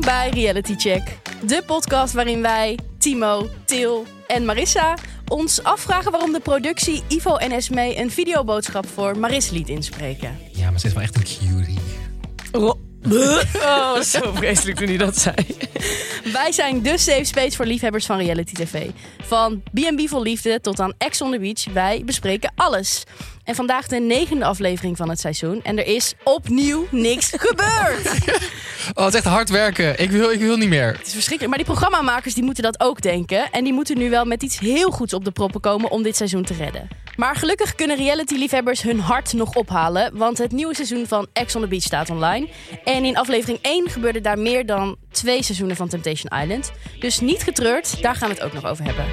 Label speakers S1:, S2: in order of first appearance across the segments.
S1: bij Reality Check. De podcast waarin wij, Timo, Til en Marissa ons afvragen waarom de productie Ivo en Esme een videoboodschap voor Maris liet inspreken.
S2: Ja, maar ze is wel echt een cutie.
S1: Oh,
S3: Zo vreselijk toen hij dat zei.
S1: Wij zijn de safe space voor liefhebbers van reality tv. Van B&B voor liefde tot aan Ex on the Beach, wij bespreken alles. En vandaag de negende aflevering van het seizoen en er is opnieuw niks gebeurd. Het
S2: Oh, het is echt hard werken. Ik wil, ik wil niet meer.
S1: is verschrikkelijk, maar die programmamakers die moeten dat ook denken en die moeten nu wel met iets heel goeds op de proppen komen om dit seizoen te redden. Maar gelukkig kunnen reality-liefhebbers hun hart nog ophalen, want het nieuwe seizoen van Ex on the Beach staat online. En in aflevering 1 gebeurde daar meer dan twee seizoenen van Temptation Island. Dus niet getreurd, daar gaan we het ook nog over hebben.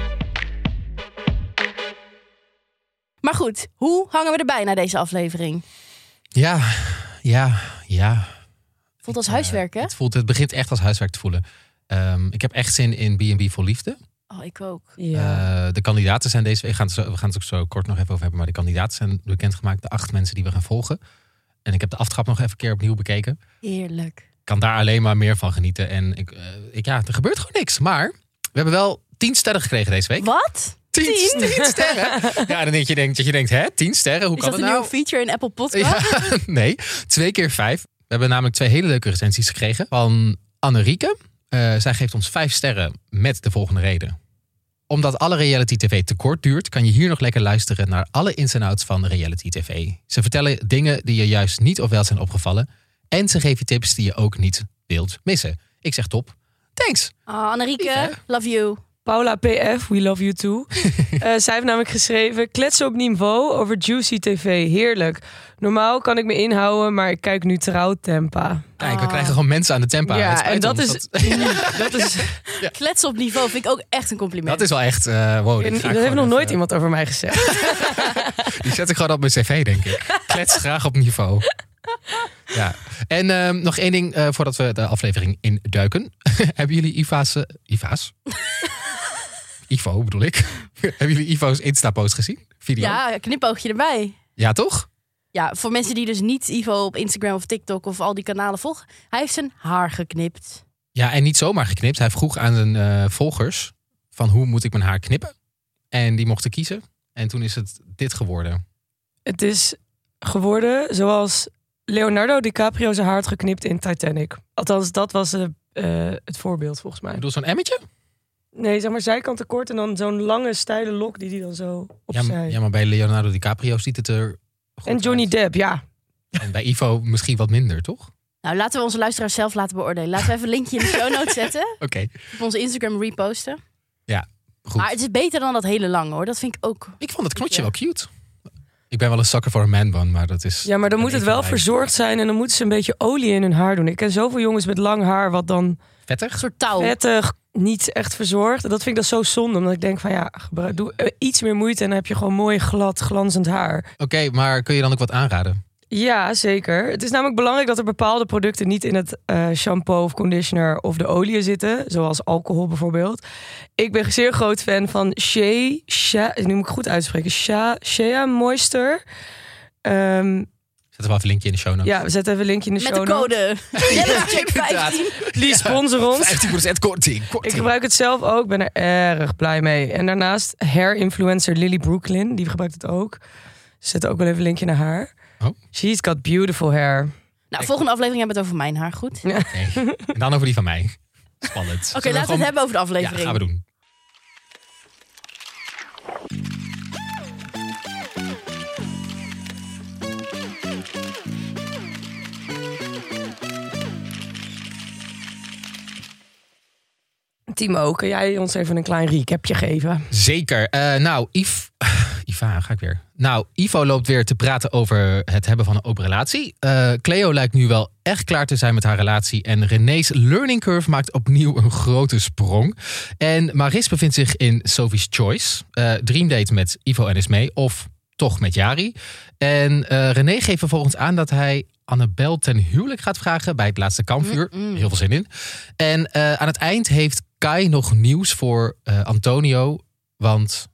S1: Maar goed, hoe hangen we erbij na deze aflevering?
S2: Ja, ja, ja. eh,
S1: Voelt als huiswerk, hè?
S2: Het, voelt, het begint echt als huiswerk te voelen. Ehm, ik heb echt zin in B&B voor liefde.
S1: Oh, ik ook.
S2: Eh, de kandidaten zijn deze week, we gaan, het zo- we gaan het ook zo kort nog even over hebben, maar de kandidaten zijn bekendgemaakt, de acht mensen die we gaan volgen. En ik heb de aftrap nog even een keer opnieuw bekeken.
S1: Heerlijk.
S2: Ik kan daar alleen maar meer van genieten. En ik, eh, ik, ja, er gebeurt gewoon niks. Maar we hebben wel tien sterren gekregen deze week.
S1: Wat? Tien?
S2: tien sterren? Ja, dan denk je, denkt, dat je denkt, hè, tien sterren, hoe
S1: Is
S2: kan
S1: dat
S2: het
S1: een
S2: nou?
S1: nieuwe feature in Apple Podcast?
S2: Ja, nee, twee keer vijf. We hebben namelijk twee hele leuke recensies gekregen van Annerieke. Eh, zij geeft ons vijf sterren met de volgende reden. Omdat alle reality tv te kort duurt, kan je hier nog lekker luisteren naar alle ins en outs van reality tv. Ze vertellen dingen die je juist niet of wel zijn opgevallen. En ze geven tips die je ook niet wilt missen. Ik zeg top. Thanks.
S1: Ah,
S2: Lief, hè?
S1: Annerieke, love you.
S3: Paula PF, we love you too. Eh, zij heeft namelijk geschreven: Kletsen op niveau over Juicy TV. Heerlijk. Normaal kan ik me inhouden, maar ik kijk nu trouw Tempa.
S2: Kijk, we
S1: Ah.
S2: krijgen gewoon mensen aan de tempo.
S3: Ja,
S2: Het spijt
S3: en dat
S2: ons.
S3: is-
S2: dat,
S3: Dat, is,
S1: Kletsen op niveau vind ik ook echt een compliment.
S2: dat is wel echt... eh wow, dit
S3: dat
S2: ga ik
S3: heeft
S2: gewoon
S3: nog nooit
S2: even- eh,
S3: iemand over mij gezegd.
S2: Die zet ik gewoon op mijn cv, denk ik. Klets graag op niveau. Ja. En ehm, nog één ding eh, voordat we de aflevering induiken. Hebben jullie Iva's... eh, Iva's? Ivo bedoel ik. Hebben jullie Ivo's Insta-post gezien? Video?
S1: Ja, knipoogje erbij.
S2: Ja, toch?
S1: Ja, voor mensen die dus niet Ivo op Instagram of TikTok of al die kanalen volgen. Hij heeft zijn haar geknipt.
S2: Ja, en niet zomaar geknipt. Hij vroeg aan zijn eh, volgers van hoe moet ik mijn haar knippen? En die mochten kiezen. En toen is het dit geworden.
S3: Het is geworden zoals Leonardo DiCaprio zijn haar had geknipt in Titanic. Althans, dat was eh, eh, het voorbeeld volgens
S2: Ik
S3: mij.
S2: bedoel, zo'n emmetje?
S3: Nee, zeg maar zijkant tekort en dan zo'n lange, steile lok die die dan zo
S2: Ja,
S3: opzij.
S2: m- ja, maar bij Leonardo DiCaprio ziet het er goed
S3: en Johnny
S2: uit.
S3: Depp, ja.
S2: En bij Ivo misschien wat minder, toch?
S1: Nou, laten we onze luisteraars zelf laten beoordelen. Laten we even een linkje in de show notes zetten.
S2: Oké,
S1: Op onze Instagram reposten.
S2: goed.
S1: Maar het is beter dan dat hele lange hoor. Dat vind ik ook.
S2: Ik vond het knotje
S1: Ja.
S2: wel cute. Ik ben wel een zakker voor een man bun, maar dat is...
S3: Ja, maar dan
S2: een
S3: moet het
S2: van
S3: wel
S2: mij.
S3: verzorgd zijn en dan moeten ze een beetje olie in hun haar doen. Ik ken zoveel jongens met lang haar wat dan
S1: Een
S2: Vettig?
S1: soort touw.
S3: prettig, niet echt verzorgd. En Dat vind ik dan zo zonde, omdat ik denk van ja, gebruik, doe eh, iets meer moeite en dan heb je gewoon mooi glad, glanzend haar.
S2: Oké, maar kun je dan ook wat aanraden?
S3: Ja, zeker. Het is namelijk belangrijk dat er bepaalde producten niet in het eh, shampoo of conditioner of de olie zitten, zoals alcohol bijvoorbeeld. Ik ben zeer groot fan van Shea, Shea nu moet ik goed uitspreken, Shea, Shea Moisture. Ehm,
S2: Zet er wel even een linkje in de show notes.
S3: ja, we zetten even een linkje in de
S1: Met de
S3: show notes.
S1: code. Check 15.
S3: Please sponsor ons.
S2: 15% korting. korting.
S3: Ik gebruik het zelf ook, ben er erg blij mee. En daarnaast hair influencer Lily Brooklyn, die gebruikt het ook. Zet ook wel even een linkje naar haar.
S2: Oh.
S3: She's got beautiful hair.
S1: Nou, volgende aflevering hebben we het over mijn haar. Goed. Oké,
S2: Nee. En dan over die van mij. Spannend. Oké,
S1: laten we het hebben over de aflevering.
S2: Ja, gaan we doen.
S3: Timo, kun jij ons even een klein recapje geven?
S2: Zeker. Eh, nou, Yves... Iva, ga ik weer. Nou, Ivo loopt weer te praten over het hebben van een open relatie. Eh, Cleo lijkt nu wel echt klaar te zijn met haar relatie. En René's learning curve maakt opnieuw een grote sprong. En Maris bevindt zich in Sophie's Choice. Eh dreamdate met Ivo en Esmee. Of toch met Jari. En eh René geeft vervolgens aan dat hij Annabel ten huwelijk gaat vragen bij het laatste kampvuur. Heel veel zin in. En eh, aan het eind heeft Kai nog nieuws voor eh, Antonio. Want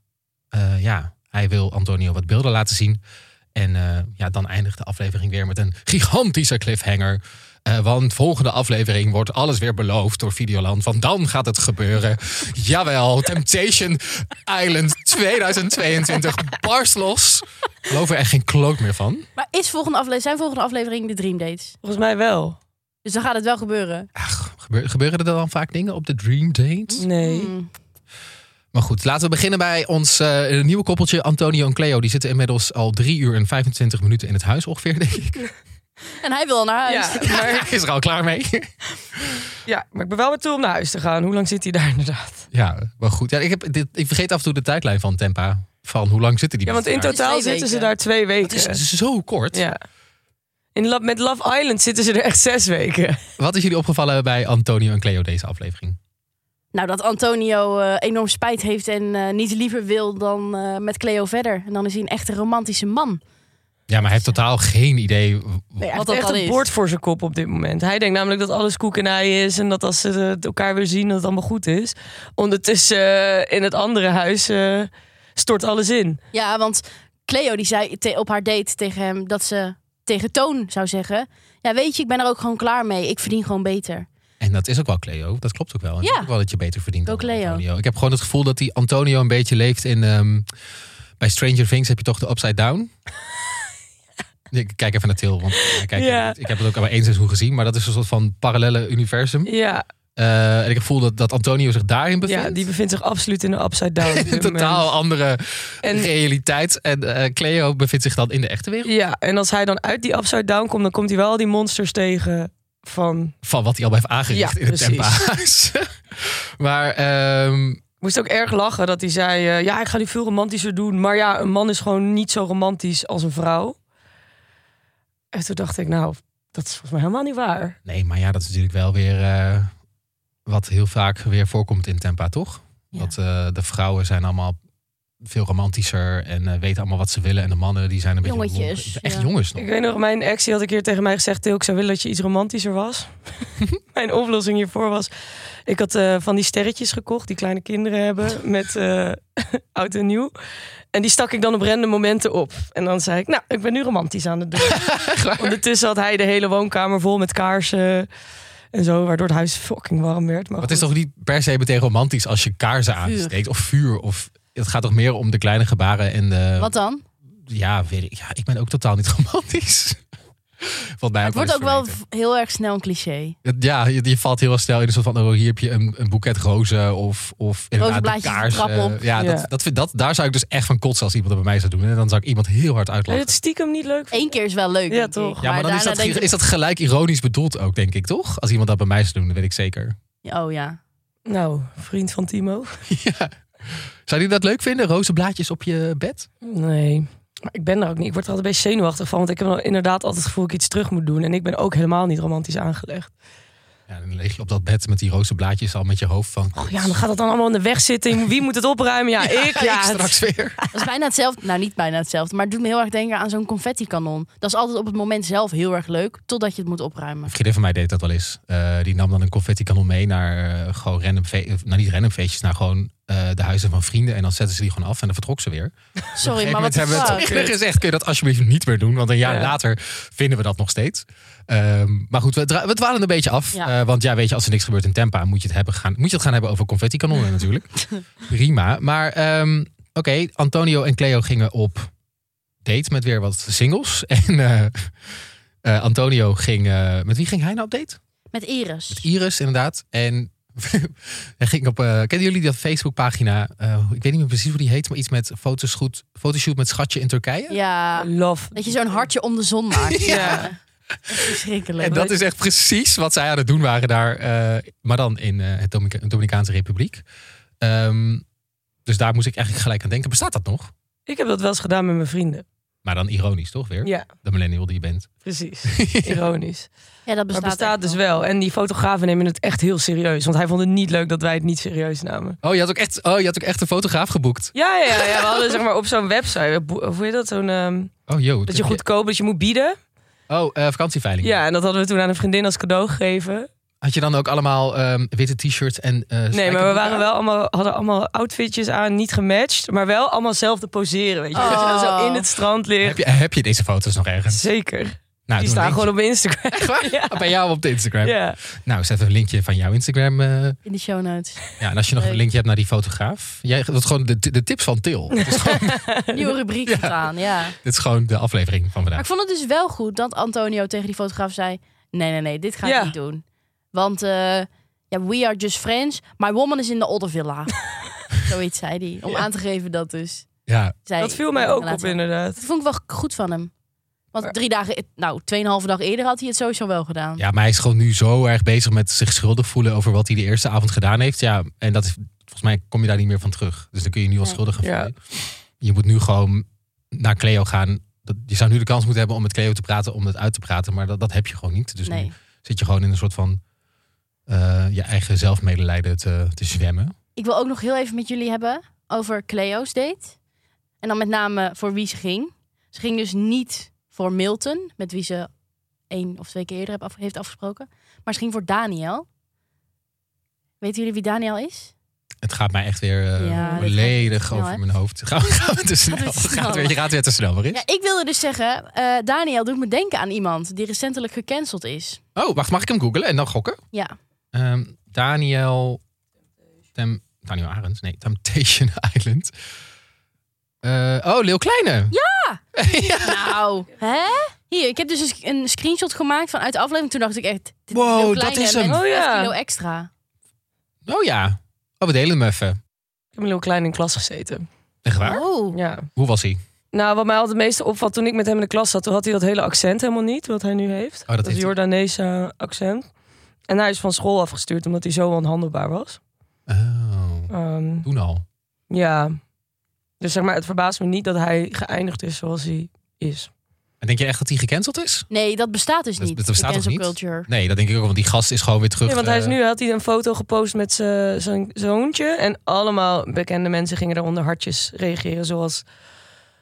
S2: eh, ja, hij wil Antonio wat beelden laten zien. En eh, ja, dan eindigt de aflevering weer met een gigantische cliffhanger. Eh, want volgende aflevering wordt alles weer beloofd door Videoland. Want dan gaat het gebeuren. Jawel, Temptation Island 2022 barst los. Ik Geloof er echt geen kloot meer van.
S1: Maar is volgende aflevering, zijn volgende aflevering de Dream Dates?
S3: Volgens mij wel.
S1: Dus dan gaat het wel gebeuren.
S2: Ach, gebe- gebeuren er dan vaak dingen op de Dream Date?
S3: Nee.
S1: Hmm.
S2: Maar goed, laten we beginnen bij ons eh, nieuwe koppeltje Antonio en Cleo. Die zitten inmiddels al drie uur en 25 minuten in het huis ongeveer, denk ik.
S1: En hij wil al naar huis.
S3: Ja maar,
S2: Is er al klaar mee?
S3: ja, maar ik ben wel met toe om naar huis te gaan. Hoe lang zit hij daar inderdaad?
S2: Ja, maar goed. Ja, ik, heb dit, ik vergeet af en toe de tijdlijn van Tempa. Van hoe lang zitten die
S3: Ja, want in
S2: mensen
S1: Twee
S3: totaal
S1: weken.
S3: zitten ze daar twee
S2: daar? Het
S3: weken.
S2: is zo kort.
S3: Ja. In Lo- met Love Island zitten ze er echt zes weken.
S2: Wat is jullie opgevallen bij Antonio en Cleo deze aflevering?
S1: Nou, dat Antonio eh, enorm spijt heeft en eh, niet liever wil dan eh, met Cleo verder. En dan is hij een echte romantische man.
S2: Ja, maar hij heeft totaal geen idee.
S3: Nee,
S1: Wat
S3: Wat
S1: dat
S3: echt
S1: dan
S3: een
S1: is.
S3: bord voor zijn kop op dit moment. Hij denkt namelijk dat alles koek en ei is. En dat als ze het elkaar weer zien, dat het allemaal goed is. Ondertussen eh, in het andere huis eh, stort alles in.
S1: Ja, want Cleo die zei te- op haar date tegen hem dat ze tegen Toon zou zeggen... Ja, weet je, ik ben er ook gewoon klaar mee. Ik verdien gewoon beter.
S2: En dat is ook wel Cleo. Dat klopt ook wel. En
S1: Ja.
S2: ik denk ook wel dat je beter verdient
S1: Go
S2: dan
S1: Cleo.
S2: Antonio. Ik heb gewoon het gevoel dat die Antonio een beetje leeft in... ehm, bij Stranger Things heb je toch de Upside Down? ik kijk even naar Til, want ja, kijk,
S3: Ja.
S2: ik heb het ook al maar één seizoen gezien. Maar dat is een soort van parallele universum.
S3: Ja,
S2: Eh, en ik heb het gevoel dat, dat Antonio zich daarin bevindt.
S3: ja die bevindt zich absoluut in de upside down. op
S2: een
S3: dit moment.
S2: totaal andere
S3: En-
S2: realiteit. En eh, Cleo bevindt zich dan in de echte wereld.
S3: Ja, en als hij dan uit die upside down komt, dan komt hij wel al die monsters tegen van...
S2: Van wat hij allemaal heeft aangericht
S3: Ja,
S2: in het
S3: precies.
S2: tempahuis. maar ehm,
S3: Ik moest ook erg lachen dat hij zei, eh, ja, ik ga nu veel romantischer doen. Maar ja, een man is gewoon niet zo romantisch als een vrouw. En toen dacht ik, nou, dat is volgens mij helemaal niet waar.
S2: nee, maar ja, dat is natuurlijk wel weer eh, wat heel vaak weer voorkomt in Tempa, toch?
S1: Ja.
S2: Dat eh, de vrouwen zijn allemaal veel romantischer en eh, weten allemaal wat ze willen. En de mannen die zijn een beetje...
S1: Jongetjes,
S2: lomp. Echt
S1: ja.
S2: jongens nog.
S3: Ik weet nog, mijn ex die had een keer tegen mij gezegd... Til, ik zou willen dat je iets romantischer was. mijn oplossing hiervoor was... Ik had eh, van die sterretjes gekocht, die kleine kinderen hebben... met eh, oud en nieuw. En die stak ik dan op random momenten op. En dan zei ik, nou, ik ben nu romantisch aan het doen. Ondertussen had hij de hele woonkamer vol met kaarsen... En zo, waardoor het huis fucking warm werd. Maar
S2: Maar het is
S3: goed.
S2: toch niet per se meteen romantisch als je kaarsen aansteekt of vuur of... Het gaat toch meer om de kleine gebaren en de...
S1: Wat dan?
S2: ja, weet ik. Ja, ik ben ook totaal niet romantisch. Valt mij
S1: Het wordt
S2: eens
S1: ook wel
S2: verweten.
S1: v- heel erg snel een cliché.
S2: Het- Ja, je, je valt heel snel in een soort van... Oh, hier heb je een, een boeket rozen of, of inderdaad de
S1: Rozenblaadjes,
S2: kaars.
S1: trap op.
S2: ja,
S3: Ja.
S2: Dat, dat, vind- dat, daar zou ik dus echt van kotsen als iemand dat bij mij zou doen. En dan zou ik iemand heel hard
S3: Zou je
S2: uitlachen.
S3: het stiekem niet leuk
S1: Eén keer is wel leuk,
S3: Ja,
S1: denk ik.
S3: toch. Ja,
S2: Ja, maar dan is
S1: daarna
S2: dat,
S1: denk je-
S2: is dat gelijk ironisch bedoeld ook, denk ik, toch? Als iemand dat bij mij zou doen, dat weet ik zeker.
S1: Oh ja.
S3: Nou, vriend van Timo.
S2: ja. Zou die dat leuk vinden? Rozenblaadjes op je bed?
S3: Nee. Maar ik ben daar ook niet. Ik word er altijd een beetje zenuwachtig van. Want ik heb wel inderdaad altijd het gevoel dat ik iets terug moet doen. En ik ben ook helemaal niet romantisch aangelegd.
S2: Ja, dan lig je op dat bed met die rozenblaadjes al met je hoofd van...
S3: Oh ja, dan gaat dat dan allemaal in de weg zitten. Wie moet het opruimen? Ja, ik. Ja,
S2: ik
S3: het-
S2: straks weer.
S1: Dat is bijna hetzelfde. Nou, niet bijna hetzelfde. Maar het doet me heel erg denken aan zo'n confetti-kanon. Dat is altijd op het moment zelf heel erg leuk. Totdat je het moet opruimen.
S2: Een vriendin van mij deed dat wel eens. Eh, die nam dan een confetti kanon mee naar eh, gewoon random fe- of, nou, niet random feestjes, naar gewoon eh, de huizen van vrienden. En dan zetten ze die gewoon af en dan vertrok ze weer. Op een
S1: Sorry,
S2: gegeven
S1: maar wat
S2: moment
S1: de
S2: hebben we
S1: fuck?
S2: tegen haar gezegd, kun je dat alsjeblieft niet meer doen. Want een jaar
S3: Ja.
S2: later vinden we dat nog steeds. Ehm, maar goed, we, dra- we dwalen een beetje af.
S1: Ja.
S2: Eh, want ja, weet je, als er niks gebeurt in Tempa, moet je het, hebben gaan, moet je het gaan hebben over confetti kanonnen natuurlijk. Prima. Maar ehm, oké, Antonio en Cleo gingen op date met weer wat singles. En eh, eh, Antonio ging, eh, met wie ging hij nou op date?
S1: Met Iris.
S2: Iris, inderdaad. En hij ging op. eh, kennen jullie dat Facebookpagina? Eh, ik weet niet meer precies hoe die heet, maar iets met fotoshoot, fotoshoot met schatje in Turkije.
S1: Ja.
S3: Love.
S1: Dat je zo'n hartje om de zon maakt.
S2: Ja.
S1: Dat is verschrikkelijk.
S2: En dat is echt precies wat zij aan het doen waren daar. eh, maar dan in eh het Dominica- Dominicaanse Republiek. Ehm, dus daar moest ik eigenlijk gelijk aan denken. Bestaat dat nog?
S3: Ik heb dat wel eens gedaan met mijn vrienden.
S2: Maar dan ironisch, toch weer?
S3: Ja,
S2: De millennial die je bent.
S3: precies. Ironisch.
S1: Ja, dat
S3: Maar
S1: bestaat,
S3: bestaat
S1: echt
S3: dus
S1: wel.
S3: wel. En die fotografen nemen het echt heel serieus. Want hij vond het niet leuk dat wij het niet serieus namen.
S2: Oh, je had ook echt, oh, je had ook echt een fotograaf geboekt.
S3: Ja, ja, ja. ja, we hadden zeg maar op zo'n website. bo- Hoe heet dat? Zo'n, ehm,
S2: Oh, joh.
S3: dat je goedkoop, dat je moet bieden.
S2: Oh, eh, vakantieveiling.
S3: Ja, en dat hadden we toen aan een vriendin als cadeau gegeven.
S2: Had je dan ook allemaal ehm, witte t-shirts en. eh,
S3: Nee, maar we
S2: spijkerbroeken aan?
S3: waren wel allemaal, hadden allemaal outfitjes aan, niet gematcht, maar wel allemaal zelf te poseren. Weet je,
S1: Oh.
S3: dat je dan zo in het strand
S2: Heb
S3: ligt.
S2: je, heb je deze foto's nog ergens?
S3: Zeker.
S2: Nou, doe
S3: Die staan
S2: een
S3: gewoon
S2: linkje.
S3: op mijn Instagram.
S2: Echt waar?
S3: Ja.
S2: Bij jou op de Instagram.
S3: Ja.
S2: Nou, zet even een linkje van jouw Instagram. eh,
S1: In de show notes.
S2: ja, en als je nog een
S1: Leuk.
S2: linkje hebt naar die fotograaf. Jij, dat is gewoon de, de tips van Til. Dat is gewoon,
S1: Nieuwe rubriek gedaan, ja.
S2: dit is gewoon de aflevering van
S1: Maar
S2: vandaag.
S1: ik vond het dus wel goed dat Antonio tegen die fotograaf zei... Nee, nee, nee, dit ga ik
S3: Ja.
S1: niet doen. Want eh, ja, we are just friends. My woman is in de Older Villa. Zoiets zei hij. Om aan te geven dat dus.
S2: Ja,
S1: Zij
S3: Dat viel mij ook op,
S1: relatie had.
S3: inderdaad.
S1: Dat vond ik wel goed van hem. Want
S3: Maar-
S1: drie dagen, nou, tweeënhalve dag eerder had hij het sowieso wel gedaan.
S2: ja, maar hij is gewoon nu zo erg bezig met zich schuldig voelen over wat hij de eerste avond gedaan heeft. Ja, en dat is, volgens mij kom je daar niet meer van terug. Dus dan kun je nu al
S1: Nee.
S2: schuldig gaan
S3: Ja.
S2: voelen. Je moet nu gewoon naar Cleo gaan. Dat- Je zou nu de kans moeten hebben om met Cleo te praten, om dat uit te praten. Maar dat, dat heb je gewoon niet. Dus nu
S1: nee.
S2: zit je gewoon in een soort van eh, je eigen zelfmedelijden te, te zwemmen.
S1: Ik wil ook nog heel even met jullie hebben over Cleo's date. En dan met name voor wie ze ging. Ze ging dus niet voor Milton, met wie ze één of twee keer eerder heb af- heeft afgesproken. Maar ze ging voor Daniel. Weten jullie wie Daniel is?
S2: Het gaat mij echt weer eh,
S1: Ja, dit
S2: volledig
S1: snel,
S2: over
S1: hè?
S2: mijn hoofd. Gaan we, gaan we te snel?
S1: weer te
S2: Gaat
S1: snel.
S2: weer, je gaat weer te snel, Maris.
S1: Ja, ik wilde dus zeggen, eh, Daniel doet me denken aan iemand die recentelijk gecanceld is.
S2: Oh, wacht, mag ik hem googlen en dan gokken?
S1: Ja,
S2: Ehm, Daniel... Tem, Daniel Arends? Nee, Temptation Island. Eh, oh, Leeuw Kleine.
S1: Nou, hè? Hier, ik heb dus een sc- een screenshot gemaakt vanuit de aflevering. Toen dacht ik echt, dit
S2: Wow,
S1: is heel
S2: dat
S1: klein
S2: is
S1: en
S2: hem.
S1: met
S3: Oh, ja.
S1: 5 kilo extra.
S2: Oh ja. Oh, we delen hem even.
S3: Ik heb een heel klein in klas gezeten.
S2: Echt waar?
S1: Oh.
S3: Ja.
S2: Hoe was hij?
S3: Nou, wat mij altijd het meeste opvalt toen ik met hem in de klas zat, toen had hij dat hele accent helemaal niet, wat hij nu heeft.
S2: Oh, dat heeft
S3: dat
S2: hij.
S3: Jordaanese accent. En hij is van school afgestuurd omdat hij zo onhandelbaar was.
S2: Oh,
S3: Ehm,
S2: toen al.
S3: ja. Dus zeg maar, het verbaast me niet dat hij geëindigd is zoals hij is.
S2: En denk je echt dat hij gecanceld is?
S1: Nee, dat bestaat dus
S2: Dat-
S1: niet.
S2: dat
S1: de
S2: bestaat toch
S1: cancel
S2: niet?
S1: culture.
S2: Nee, dat denk ik ook, want die gast is gewoon weer terug.
S3: Nee, want hij is
S2: eh,
S3: nu had hij een foto gepost met zijn zijn zoontje. En allemaal bekende mensen gingen daaronder hartjes reageren, zoals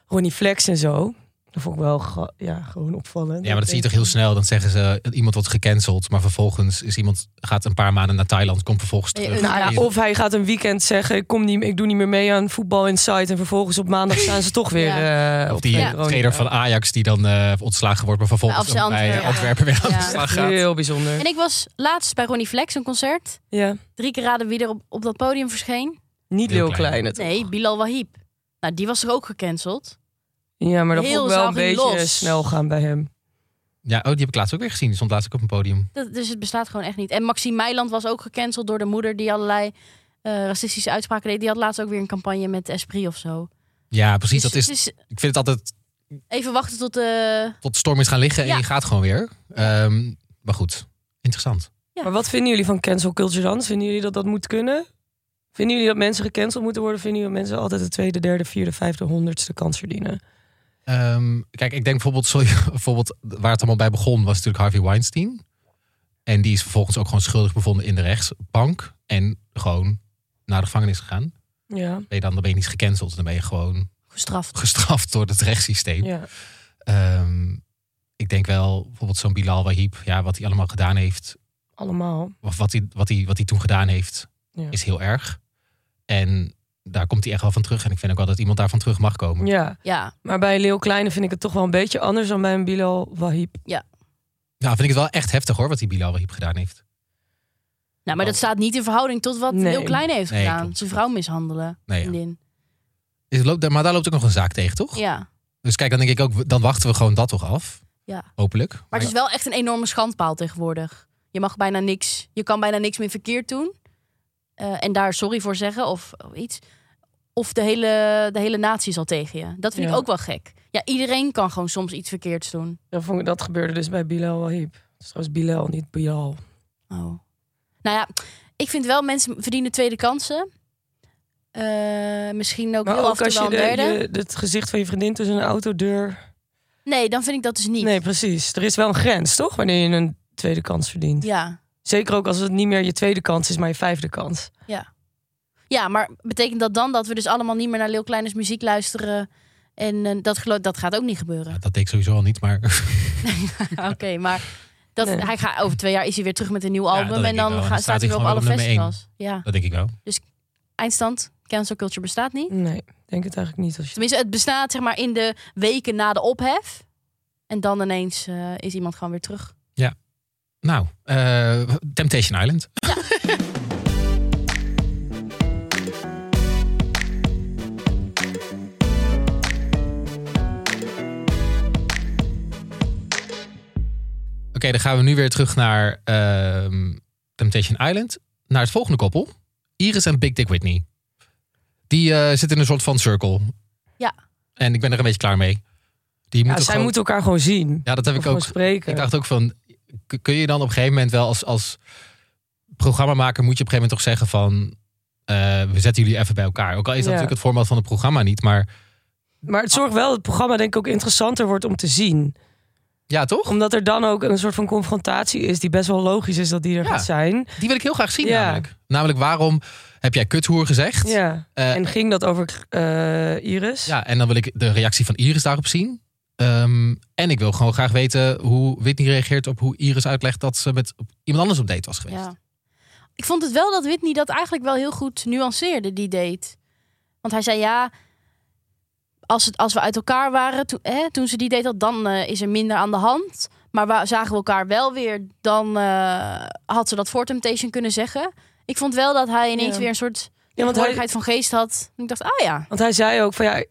S3: Ronnie Flex en zo. Dat vond ik wel ge- ja, gewoon opvallend.
S2: Ja, maar dat zie je toch heel snel. Dan zeggen ze, eh, iemand wordt gecanceld. Maar vervolgens is iemand, gaat een paar maanden naar Thailand. Komt vervolgens
S1: Eh,
S2: terug.
S3: Nou ja, of hij gaat een weekend zeggen: ik, kom niet, ik doe niet meer mee aan voetbal Insight. En vervolgens op maandag staan ze toch weer. eh,
S2: Of
S3: op
S2: die
S3: de
S1: Ja.
S3: Veronica.
S2: trainer van Ajax die dan eh, ontslagen wordt. Maar vervolgens
S1: Of ze
S2: ook bij
S1: Antwerpen.
S2: Antwerpen weer aan de
S1: Ja.
S2: slag gaat.
S3: Heel bijzonder.
S1: En ik was laatst bij Ronnie Flex, een concert.
S3: Ja,
S1: Drie keer raden wie er op, op dat podium verscheen.
S3: niet
S2: Heel
S3: heel
S2: klein.
S3: klein. het-
S1: Nee, Bilal Wahib. Nou, die was er ook gecanceld.
S3: Ja, maar dat
S1: Heel
S3: vond ik wel
S1: zaal
S3: een
S1: ging
S3: beetje
S1: los.
S3: snel gaan bij hem.
S2: Ja, oh, die heb ik laatst ook weer gezien. Die stond laatst ook op een podium.
S1: Dat, dus het bestaat gewoon echt niet. En Maxime Meiland was ook gecanceld door de moeder die allerlei eh, racistische uitspraken deed. Die had laatst ook weer een campagne met Esprit of zo.
S2: Ja, precies.
S1: Dus
S2: Dat is,
S1: het is
S2: ik vind het altijd
S1: even wachten tot eh, de...
S2: tot de storm is gaan liggen en
S1: Ja.
S2: je gaat gewoon weer. Ehm, maar goed, interessant.
S1: Ja.
S3: Maar wat vinden jullie van cancel culture dan? Vinden jullie dat dat moet kunnen? Vinden jullie dat mensen gecanceld moeten worden? Vinden jullie dat mensen altijd de tweede, derde, vierde, vijfde, honderdste kans verdienen?
S2: Ehm, kijk, ik denk bijvoorbeeld, sorry, bijvoorbeeld waar het allemaal bij begon was natuurlijk Harvey Weinstein. En die is vervolgens ook gewoon schuldig bevonden in de rechtsbank. En gewoon naar de gevangenis gegaan.
S3: Ja.
S2: Ben je dan, dan ben je niet gecanceld. Dan ben je gewoon
S1: Gestraft.
S2: gestraft door het rechtssysteem.
S3: ja.
S2: Ehm, ik denk wel, bijvoorbeeld zo'n Bilal Wahib, ja, wat hij allemaal gedaan heeft,
S3: Allemaal.
S2: of wat hij, wat hij, wat hij toen gedaan heeft,
S3: Ja.
S2: is heel erg. En daar komt hij echt wel van terug. En ik vind ook wel dat iemand daarvan terug mag komen.
S3: Ja,
S1: Ja,
S3: maar bij Leeuw Kleine vind ik het toch wel een beetje anders dan bij een Bilal Wahib.
S2: Nou, vind ik het wel echt heftig hoor, wat die Bilal Wahib gedaan heeft.
S1: nou, maar dat staat niet in verhouding tot wat
S3: Nee.
S1: heel klein heeft
S2: Oh. Nee,
S1: gedaan.
S2: klopt.
S1: Zijn vrouw mishandelen.
S2: Nee, ja.
S1: vriendin.
S2: Is- loopt daar- maar daar loopt ook nog een zaak tegen, toch?
S1: ja.
S2: Dus kijk, dan denk ik ook, dan wachten we gewoon dat toch af.
S1: Ja.
S2: Hopelijk.
S1: Maar het is wel echt een enorme schandpaal tegenwoordig. Je mag bijna niks, je kan bijna niks meer verkeerd doen. Eh, en daar sorry voor zeggen of, of iets. Of de hele, de hele natie is al tegen je. Dat vind
S3: Ja.
S1: ik ook wel gek. Ja, iedereen kan gewoon soms iets verkeerds doen.
S3: Dat, vond ik, dat gebeurde dus bij Bilal Wahib. Het is trouwens Bilal, niet Bilal.
S1: Oh. Nou ja, ik vind wel mensen verdienen tweede kansen. Eh, misschien ook
S3: Maar
S1: heel
S3: ook
S1: af en toe
S3: als
S1: wel
S3: je,
S1: een
S3: de,
S1: derde.
S3: je- het gezicht van je vriendin tussen een autodeur...
S1: Nee, dan vind ik dat dus niet.
S3: Nee, precies. Er is wel een grens, toch? Wanneer je een tweede kans verdient.
S1: Ja.
S3: Zeker ook als het niet meer je tweede kans is, maar je vijfde kans.
S1: ja, maar betekent dat dan dat we dus allemaal niet meer naar Leeuw Kleines muziek luisteren? En eh, dat, gelo- dat gaat ook niet gebeuren.
S2: Ja, dat deed ik sowieso al niet, maar
S1: Ah, Oké, maar dat,
S3: Nee.
S1: hij gaat, over twee jaar is hij weer terug met een nieuw album.
S2: dat denk
S1: en
S2: ik
S1: dan
S2: wel.
S1: ga-
S2: Dan
S1: staat hij weer op
S2: gewoon
S1: alle
S2: weer op nummer één.
S1: festivals. Ja.
S2: dat denk ik wel.
S1: Eindstand, cancel culture bestaat niet.
S3: Nee, ik denk het eigenlijk niet. Als je...
S1: Tenminste, het bestaat zeg maar in de weken na de ophef. En dan ineens eh, is iemand gewoon weer terug.
S2: Nou, eh, Temptation Island. Oké, dan gaan we nu weer terug naar ehm, Temptation Island. Naar het volgende koppel. Iris en Big Dick Whitney. Die eh, zitten in een soort van cirkel.
S1: Ja.
S2: En ik ben er een beetje klaar mee. Die
S3: Ja,
S2: moeten
S3: zij
S2: gewoon-
S3: moeten elkaar gewoon zien.
S2: ja, dat heb
S3: Of
S2: ik
S3: gewoon
S2: ook
S3: spreken.
S2: ik dacht ook van, k- kun je dan op een gegeven moment wel als, als programmamaker moet je op een gegeven moment toch zeggen van, eh, we zetten jullie even bij elkaar. Ook al is dat
S3: Ja.
S2: natuurlijk het format van het programma niet, maar
S3: Maar het zorgt wel dat het programma denk ik ook interessanter wordt om te zien.
S2: ja toch?
S3: Omdat er dan ook een soort van confrontatie is die best wel logisch is dat die er
S2: Ja.
S3: gaat zijn.
S2: Die wil ik heel graag zien
S3: Ja.
S2: namelijk. Namelijk waarom heb jij kuthoer gezegd?
S3: Ja.
S2: Eh,
S3: En ging dat over eh, Iris?
S2: ja, en dan wil ik de reactie van Iris daarop zien. Ehm, en ik wil gewoon graag weten hoe Whitney reageert op hoe Iris uitlegt dat ze met iemand anders op date was geweest.
S1: Ja. Ik vond het wel dat Whitney dat eigenlijk wel heel goed nuanceerde, die date. Want hij zei ja, als, het, als we uit elkaar waren, toen, hè, toen ze die date had, dan eh, is er minder aan de hand. Maar wa- zagen we elkaar wel weer, dan eh, had ze dat voor Temptation kunnen zeggen. Ik vond wel dat hij ineens
S3: Ja.
S1: weer een soort
S3: Ja, want hij,
S1: tegenwoordigheid van geest had. En ik dacht, ah ja.
S3: Want hij zei ook van ja,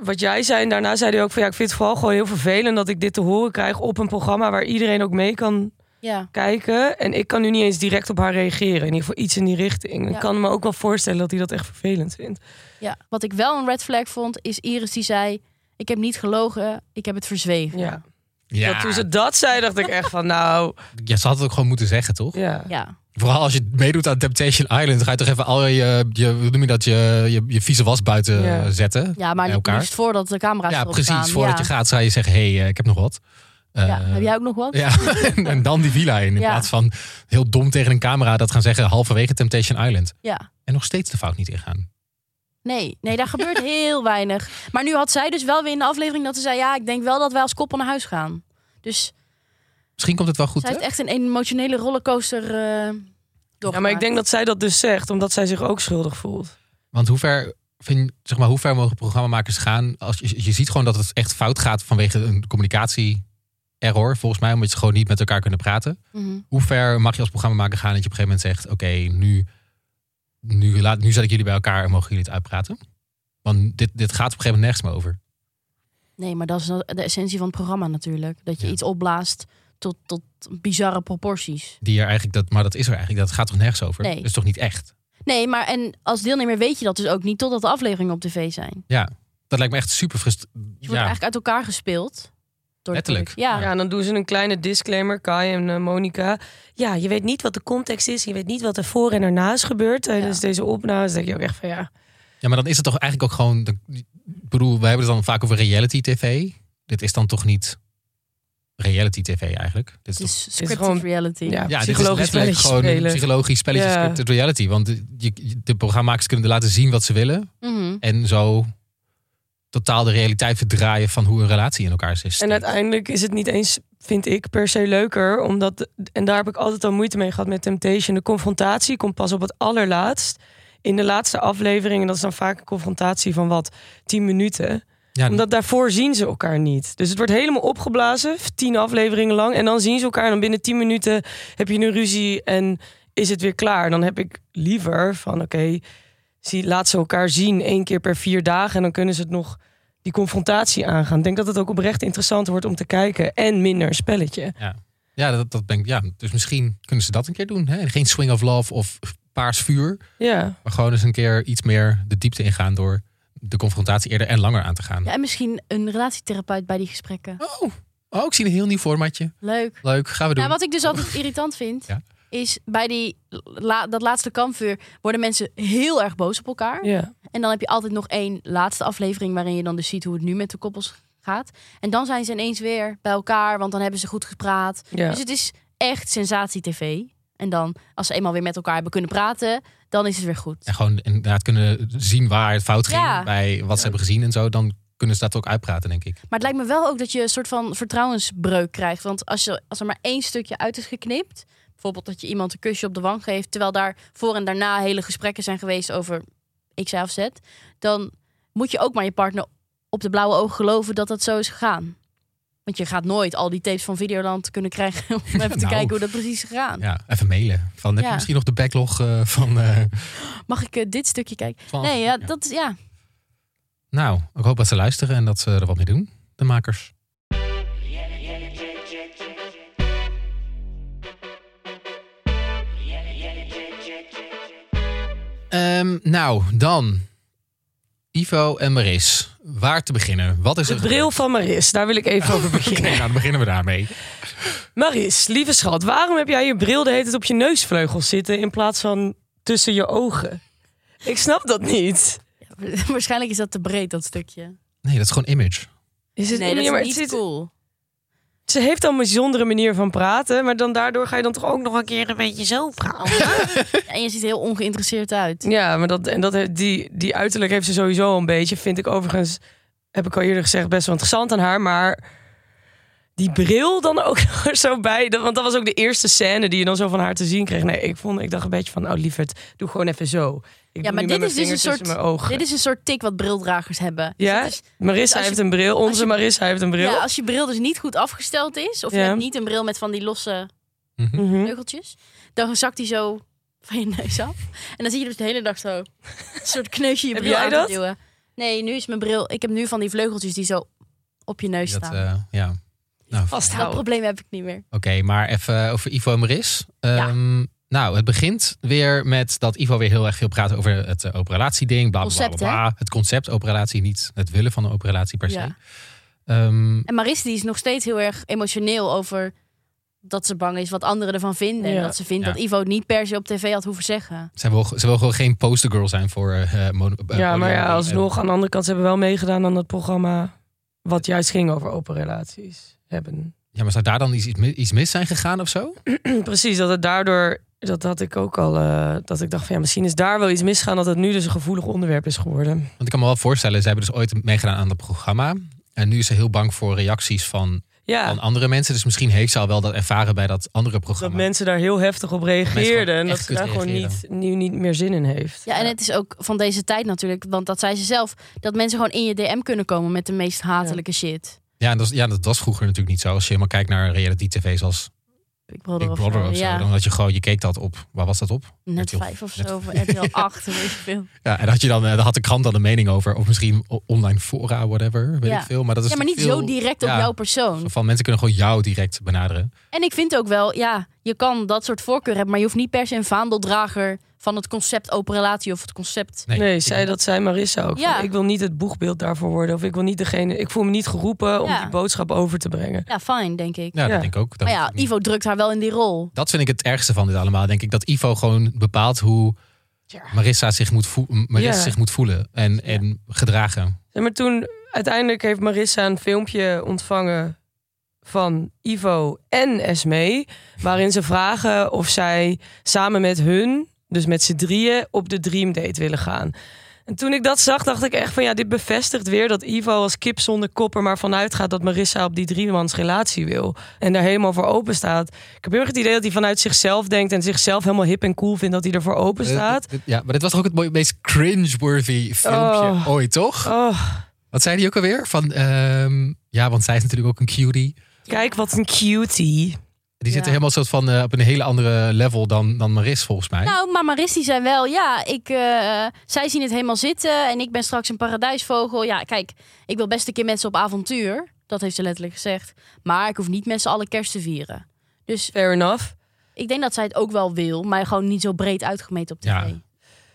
S3: wat jij zei. En daarna zei hij ook van ja, ik vind het vooral gewoon heel vervelend dat ik dit te horen krijg op een programma waar iedereen ook mee kan
S1: Ja.
S3: kijken. En ik kan nu niet eens direct op haar reageren. In ieder geval iets in die richting.
S1: Ja.
S3: Ik kan me ook wel voorstellen dat hij dat echt vervelend vindt.
S1: ja. Wat ik wel een red flag vond, is Iris die zei... Ik heb niet gelogen, ik heb het verzwegen.
S3: Ja.
S2: Ja,
S3: Dat toen ze dat zei, dacht ik echt van nou,
S2: ja, ze had het ook gewoon moeten zeggen, toch?
S3: ja.
S1: Ja.
S2: Vooral als je meedoet aan Temptation Island, dan ga je toch even al je, je hoe noem je dat, je, je, je vieze was buiten
S3: Ja.
S2: eh, zetten.
S1: ja, maar
S2: Bij elkaar.
S1: liefst voordat de camera's
S2: Ja,
S1: erop
S2: precies.
S1: gaan.
S2: Voordat
S1: Ja.
S2: je gaat, zou je zeggen, hé, hey, eh, ik heb nog wat. Eh,
S1: Ja. Heb jij ook nog wat?
S2: ja, en, en dan die villa in. In
S1: Ja.
S2: plaats van heel dom tegen een camera dat gaan zeggen halverwege Temptation Island.
S1: ja.
S2: En nog steeds de fout niet ingaan.
S1: Nee, nee, daar gebeurt heel weinig. Maar nu had zij dus wel weer in de aflevering dat ze zei... ja, ik denk wel dat wij als koppel naar huis gaan. Dus
S2: Misschien komt het wel goed,
S1: zij
S2: hè?
S1: heeft echt een emotionele rollercoaster eh
S3: Ja, maar ik denk dat zij dat dus zegt omdat zij zich ook schuldig voelt.
S2: Want hoe ver, vind, zeg maar, hoe ver mogen programmamakers gaan? Als je, je ziet gewoon dat het echt fout gaat vanwege een communicatie-error, volgens mij. Omdat ze gewoon niet met elkaar kunnen praten.
S1: Mhm.
S2: hoe ver mag je als programmamaker gaan dat je op een gegeven moment zegt: Oké, nu, nu, laat, nu zet ik jullie bij elkaar en mogen jullie het uitpraten? Want dit, dit gaat op een gegeven moment nergens meer over.
S1: Nee, maar dat is de essentie van het programma natuurlijk. Dat je
S2: Ja.
S1: iets opblaast tot, tot bizarre proporties.
S2: Die er eigenlijk dat, maar dat is er eigenlijk. Dat gaat toch nergens over?
S1: Nee.
S2: Dat is toch niet echt?
S1: Nee, maar en als deelnemer weet je dat dus ook niet... totdat de afleveringen op tv zijn.
S2: Dat lijkt me echt super frustrerend.
S1: Je wordt
S2: Ja,
S1: eigenlijk uit elkaar gespeeld. Door de
S2: Letterlijk.
S1: druk. Ja.
S3: Ja, en dan doen ze een kleine disclaimer, Kai en eh, Monica. Ja, je weet niet wat de context is. Je weet niet wat er voor en erna is gebeurd tijdens
S1: Ja.
S3: deze opnames. Dan denk je ook echt van ja,
S2: ja, maar dan is het toch eigenlijk ook gewoon. de- Ik bedoel, we hebben het dan vaak over reality TV. Dit is dan toch niet reality TV eigenlijk? Dit is
S1: Het
S2: toch
S1: is scripted
S3: gewoon-
S1: reality.
S3: Ja,
S2: Ja, dit is
S3: psychologisch
S2: letterlijk
S3: spelletje
S2: gewoon een
S3: spelen.
S2: psychologisch spelletje
S3: Ja.
S2: scripted reality. Want de, je, je- de programmamakers kunnen laten zien wat ze willen.
S1: Mhm.
S2: en zo totaal de realiteit verdraaien van hoe een relatie in elkaar zit.
S3: En uiteindelijk is het niet eens, vind ik, per se leuker. Omdat, en daar heb ik altijd al moeite mee gehad met Temptation. De confrontatie komt pas op het allerlaatst. In de laatste aflevering. En dat is dan vaak een confrontatie van wat? 10 minuten.
S2: ja,
S3: Omdat daarvoor zien ze elkaar niet. Dus het wordt helemaal opgeblazen. Tien afleveringen lang. En dan zien ze elkaar. En dan binnen 10 minuten heb je een ruzie. En is het weer klaar. Dan heb ik liever van oké. zie, laat ze elkaar zien één keer per vier dagen. En dan kunnen ze het nog die confrontatie aangaan. Ik denk dat het ook oprecht interessant wordt om te kijken. En minder een spelletje.
S2: ja, dat, dat ben ik, ja, dus misschien kunnen ze dat een keer doen. Hè? Geen swing of love of paars vuur.
S3: Ja.
S2: Maar gewoon eens een keer iets meer de diepte ingaan door de confrontatie eerder en langer aan te gaan.
S1: Ja, en misschien een relatietherapeut bij die gesprekken.
S2: Oh, oh, ik zie een heel nieuw formatje.
S1: Leuk.
S2: Leuk, gaan we doen.
S1: Nou, wat ik dus altijd irritant vind,
S2: Ja.
S1: is bij die, la- dat laatste kampvuur worden mensen heel erg boos op elkaar.
S3: ja.
S1: En dan heb je altijd nog één laatste aflevering waarin je dan dus ziet hoe het nu met de koppels gaat. En dan zijn ze ineens weer bij elkaar, want dan hebben ze goed gepraat.
S3: ja.
S1: Dus het is echt sensatie-tv. En dan, als ze eenmaal weer met elkaar hebben kunnen praten, dan is het weer goed.
S2: En gewoon inderdaad kunnen zien waar het fout ging
S1: Ja.
S2: bij wat ze hebben gezien en zo. Dan kunnen ze dat ook uitpraten, denk ik.
S1: Maar het lijkt me wel ook dat je een soort van vertrouwensbreuk krijgt. Want als, je, als er maar één stukje uit is geknipt. Bijvoorbeeld dat je iemand een kusje op de wang geeft. Terwijl daar voor en daarna hele gesprekken zijn geweest over X, Y of Z. Dan moet je ook maar je partner op de blauwe ogen geloven dat dat zo is gegaan. Want je gaat nooit al die tapes van Videoland kunnen krijgen om even te
S2: Nou.
S1: kijken hoe dat precies is gegaan.
S2: Ja, even mailen. Van, heb
S1: Ja.
S2: je misschien nog de backlog eh, van eh
S1: Mag ik eh, dit stukje kijken?
S2: 12?
S1: Nee, ja, dat is ja.
S2: Nou, ik hoop dat ze luisteren en dat ze er wat mee doen, de makers. Ehm, nou, dan. Ivo en Maris. Waar te beginnen? Wat is
S3: De
S2: er
S3: bril van Maris, daar wil ik even over
S2: gebeurd? Oké,
S3: beginnen.
S2: nou, dan beginnen we daarmee.
S3: Maris, lieve schat, waarom heb jij je bril de hele tijd op je neusvleugels zitten in plaats van tussen je ogen? Ik snap dat niet.
S1: Waarschijnlijk is dat te breed, dat stukje.
S2: Nee, dat is gewoon image.
S3: Is
S1: Nee, dat
S3: Ja, Dus maar
S1: is
S3: het
S1: niet
S3: zit-
S1: cool.
S3: Ze heeft al een bijzondere manier van praten, maar dan daardoor ga je dan toch ook nog een keer een beetje zo praten.
S1: En je ziet er heel ongeïnteresseerd uit.
S3: Ja, maar dat, en dat, heeft- die, die uiterlijk heeft ze sowieso al een beetje. Vind ik overigens, heb ik al eerder gezegd, best wel interessant aan haar. Maar die bril dan ook er zo bij. dat- want dat was ook de eerste scène die je dan zo van haar te zien kreeg. Nee, ik, vond, ik dacht een beetje van, oh lieverd, doe gewoon even zo.
S1: Ja,
S3: Ik doe
S1: maar
S3: nu
S1: dit
S3: met mijn
S1: is dus
S3: vingers
S1: een
S3: tussen
S1: soort-
S3: Mijn ogen.
S1: Dit is een soort tik wat brildragers hebben. Dus
S3: ja,
S1: dat is-
S3: Marissa
S1: als je-
S3: heeft een bril. Onze
S1: je-
S3: Marissa heeft een bril.
S1: ja, als je bril dus niet goed afgesteld is, of je
S3: Ja.
S1: hebt niet een bril met van die losse
S2: Mhm.
S3: Mhm.
S1: neugeltjes, dan zakt die zo van je neus af. En dan zie je dus de hele dag zo een soort kneusje je
S3: Heb
S1: bril
S3: jij
S1: aan
S3: dat?
S1: te duwen. Nee, nu is mijn bril... Ik heb nu van die vleugeltjes die zo op je neus
S2: Dat,
S1: staan.
S2: eh, ja. Nou,
S1: dat
S3: Vasthouden.
S1: probleem heb ik niet meer.
S2: Oké, maar even over Ivo en Maris. Ehm, Nou, het begint weer met dat Ivo weer heel erg veel praat over het eh, operatieding. Bla, bla, bla,
S1: Concept,
S2: bla, bla. Het concept operalatie, niet het willen van een operatie per se.
S1: Ja.
S2: Ehm,
S1: En Maris die is nog steeds heel erg emotioneel over dat ze bang is wat anderen ervan vinden.
S3: Ja.
S1: En dat ze vindt
S2: Ja.
S1: dat Ivo het niet per se op tv had hoeven zeggen.
S2: zij, wil, ze wil gewoon geen postergirl zijn voor... eh eh, mono- eh,
S3: ja, maar
S2: polyamorie.
S3: ja, alsnog. Aan de andere kant, ze hebben wel meegedaan aan dat programma. Wat juist ging over open relaties hebben.
S2: Ja, maar zou daar dan iets, iets mis- iets mis zijn gegaan of zo?
S3: Precies, dat het daardoor, dat had ik ook al, eh, dat ik dacht van ja, misschien is daar wel iets misgaan dat het nu dus een gevoelig onderwerp is geworden.
S2: Want ik kan me wel voorstellen, ze hebben dus ooit meegedaan aan dat programma. En nu is ze heel bang voor reacties van,
S3: Ja,
S2: van andere mensen. Dus misschien heeft ze al wel dat ervaren bij dat andere
S3: dat
S2: programma.
S3: mensen daar heel heftig op
S2: Mensen
S3: reageerden
S2: gewoon
S3: en dat
S2: echt
S3: ze daar
S2: kut
S3: gewoon niet,
S2: reageren.
S3: nu niet meer zin in heeft.
S1: Ja, en het is ook van deze tijd natuurlijk. Want dat zei ze zelf. Dat mensen gewoon in je DM kunnen komen met de meest hatelijke shit.
S2: Ja, en dat, is- ja, dat was vroeger natuurlijk niet zo. Als je helemaal kijkt naar reality tv zoals
S1: Big Brother,
S2: Big Brother of zo.
S1: Ja,
S2: Dan had je gewoon, je keek dat op. Waar was dat op?
S1: net
S2: RTL
S1: vijf of
S2: net-
S1: zo. Of RTL 8, weet je veel.
S2: Ja, en had je dan, eh, daar had de krant dan een mening over. Of misschien o- online fora, whatever. Weet
S1: Ja.
S2: ik veel. Maar dat is
S1: Ja, maar niet
S2: veel-
S1: zo direct op
S2: ja,
S1: jouw persoon.
S2: Van mensen kunnen gewoon jou direct benaderen.
S1: En ik vind ook wel, ja, je kan dat soort voorkeur hebben, maar je hoeft niet per se een vaandeldrager van het concept open relatie of het concept.
S2: Nee,
S3: Nee,
S2: ik-
S3: zei dat zei Marissa ook.
S1: Ja.
S3: van, ik wil niet het boegbeeld daarvoor worden. Of ik wil niet degene. Ik voel me niet geroepen om
S1: Ja.
S3: die boodschap over te brengen.
S1: Ja, fijn, denk ik.
S2: Ja,
S3: Ja.
S2: dat denk ik ook.
S1: maar
S2: Dat moet
S1: ja,
S2: ook niet.
S1: Ivo drukt haar wel in die rol.
S2: Dat vind ik het ergste van dit allemaal. Denk ik dat Ivo gewoon bepaalt hoe Marissa zich moet, voe- Marissa
S3: Ja.
S2: zich moet voelen. En, en gedragen.
S3: Ja, maar toen uiteindelijk heeft Marissa een filmpje ontvangen van Ivo en Esme, waarin ze vragen of zij samen met hun, dus met z'n drieën, op de dream date willen gaan. En toen ik dat zag, dacht ik echt van ja, dit bevestigt weer dat Ivo als kip zonder kop er maar vanuit gaat dat Marissa op die driemans relatie wil. En daar helemaal voor open staat. Ik heb heel erg het idee dat hij vanuit zichzelf denkt en zichzelf helemaal hip en cool vindt dat hij ervoor open staat.
S2: Eh, dit- Ja, maar dit was toch ook het mooi- meest cringe-worthy filmpje
S3: Oh.
S2: ooit, toch?
S3: Oh,
S2: Wat zei hij ook alweer? Van, ehm, ja, want zij is natuurlijk ook een cutie.
S3: kijk wat een cutie.
S2: Die
S1: Ja.
S2: zitten helemaal soort van eh, op een hele andere level dan, dan Maris, volgens mij.
S1: Nou, maar Maris die zei wel, ja, ik, eh, zij zien het helemaal zitten en ik ben straks een paradijsvogel. Ja, kijk, ik wil best een keer met ze op avontuur. Dat heeft ze letterlijk gezegd. Maar ik hoef niet met z'n allen kerst te vieren. Dus
S3: Fair enough.
S1: ik denk dat zij het ook wel wil, maar gewoon niet zo breed uitgemeten op tv.
S2: Ja.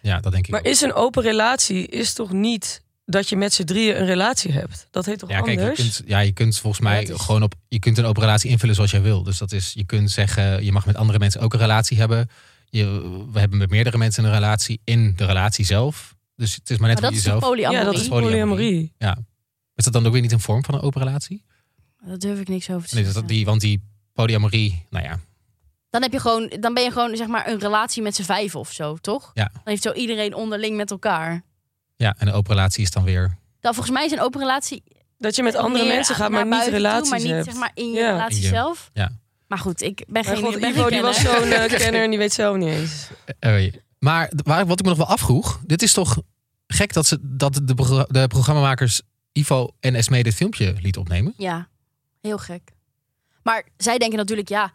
S2: ja, dat denk ik.
S3: Maar
S2: ook.
S3: is een open relatie is toch niet dat je met z'n drieën een relatie hebt? Dat heet toch
S2: ja, kijk, je
S3: anders?
S2: kunt, ja, je kunt volgens mij
S3: Ja, het is-
S2: gewoon op. Je kunt een open relatie invullen zoals jij wil. Dus dat is, je kunt zeggen, je mag met andere mensen ook een relatie hebben. Je, we hebben met meerdere mensen een relatie in de relatie zelf. Dus het is maar net
S1: Maar dat
S2: hoe
S1: is
S2: je
S1: toch
S2: zelf.
S1: polyamorie?
S3: ja, dat is polyamorie.
S2: Is dat dan ook weer niet een vorm van een open relatie?
S1: Daar durf ik niks over te zeggen.
S2: Nee, dus dat, die, want die polyamorie, nou ja,
S1: Dan, heb je gewoon, dan ben je gewoon zeg maar een relatie met z'n vijf of zo, toch?
S2: Ja.
S1: Dan heeft zo iedereen onderling met elkaar.
S2: ja en een open relatie is dan weer
S1: Dan volgens mij is een open relatie
S3: Dat je met andere
S1: meer
S3: mensen gaat, maar
S1: naar
S3: niet
S1: buiten toe,
S3: relaties
S1: maar niet
S3: hebt.
S1: zeg maar in je
S3: Ja.
S1: relatie
S2: In je-
S1: zelf.
S2: ja.
S1: Maar goed, ik ben
S3: Mijn
S1: geen
S3: god,
S1: ik ben
S3: Ivo
S1: geen
S3: die was
S1: kenner.
S3: zo'n eh, kenner en die weet zelf niet eens.
S2: Eh, maar waar, wat ik me nog wel afvroeg, dit is toch gek dat, ze, dat de, pro- de programmamakers Ivo en Esme dit filmpje liet opnemen?
S1: Ja. Heel gek. Maar zij denken natuurlijk, ja,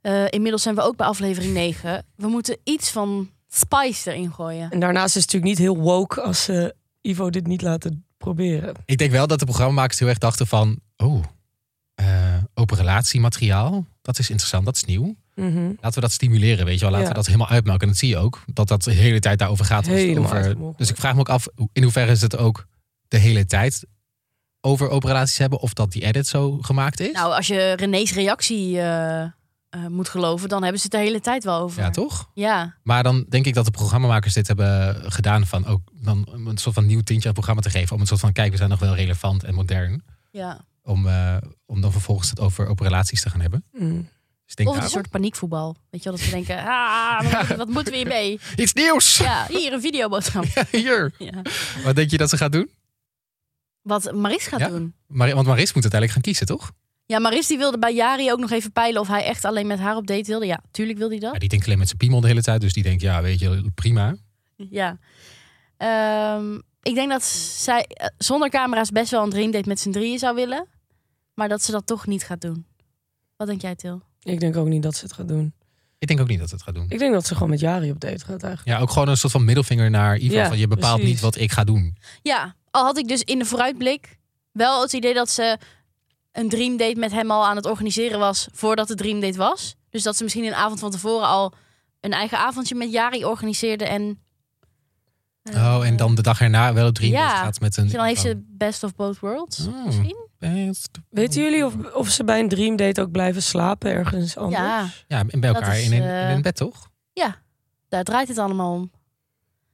S1: eh, inmiddels zijn we ook bij aflevering 9. We moeten iets van spice erin gooien.
S3: En daarnaast is het natuurlijk niet heel woke als ze Ivo dit niet laten proberen.
S2: Ik denk wel dat de programmamakers heel erg dachten van... Oh, eh open relatiemateriaal. Dat is interessant, dat is nieuw.
S1: Mhm,
S2: Laten we dat stimuleren, weet je wel. Laten
S3: Ja.
S2: we dat helemaal uitmelken. En dat zie je ook, dat dat de hele tijd daarover gaat. Als het
S3: Helemaal
S2: over...
S3: uitgemolken
S2: Dus ik vraag me ook af, hoe- in hoeverre is het ook de hele tijd over open relaties hebben? Of dat die edit zo gemaakt is?
S1: Nou, als je René's reactie eh, eh, moet geloven, dan hebben ze het de hele tijd wel over.
S2: ja, toch?
S1: Ja.
S2: Maar dan denk ik dat de programmamakers dit hebben gedaan van ook dan een soort van nieuw tintje aan het programma te geven. Om een soort van, kijk, we zijn nog wel relevant en modern.
S1: ja.
S2: Om, eh, om dan vervolgens het over open relaties te gaan hebben.
S1: mhm.
S2: Dus ik denk
S1: Of het is een soort
S2: daarom,
S1: paniekvoetbal. Weet je wel, dat ze denken, ah, wat, moeten- wat moeten we hiermee?
S2: Iets nieuws!
S1: Ja, hier een videoboodschap.
S2: Hier!
S1: Ja.
S2: Wat denk je dat ze gaat doen?
S1: Wat Maris gaat
S2: Ja?
S1: doen.
S2: Maar, want Maris moet uiteindelijk gaan kiezen, toch?
S1: Ja, Maris die wilde bij Jari ook nog even peilen of hij echt alleen met haar op date wilde. Ja, tuurlijk wilde hij dat.
S2: Ja, die denkt alleen met zijn piemel de hele tijd. Dus die denkt, ja, weet je, prima.
S1: Ja. Ehm, ik denk dat zij eh, zonder camera's best wel een dreamdate met z'n drieën zou willen. Maar dat ze dat toch niet gaat doen. Wat denk jij, Til?
S3: Ik denk ook niet dat ze het gaat doen.
S2: Ik denk ook niet dat het gaat doen.
S3: Ik denk dat ze gewoon met Jari op date gaat eigenlijk.
S2: Ja, ook gewoon een soort van middelvinger naar Ivan.
S3: Ja,
S2: van, je bepaalt
S3: precies.
S2: niet wat ik ga doen.
S1: Ja, al had ik dus in de vooruitblik wel het idee dat ze een dreamdate met hem al aan het organiseren was voordat de dreamdate was. Dus dat ze misschien een avond van tevoren al een eigen avondje met Jari organiseerde en... eh,
S2: Oh, en dan de dag erna wel op drie
S1: Ja. Dus
S2: uur gaat met een...
S1: Dan heeft ze best of both worlds,
S2: Oh.
S1: misschien?
S2: Best-
S3: Weten jullie of, of ze bij een dreamdate ook blijven slapen ergens anders?
S1: Ja.
S2: Ja, en bij
S1: Dat
S2: elkaar
S1: is,
S2: in, een,
S1: eh,
S2: in een bed, toch?
S1: Daar draait het allemaal om.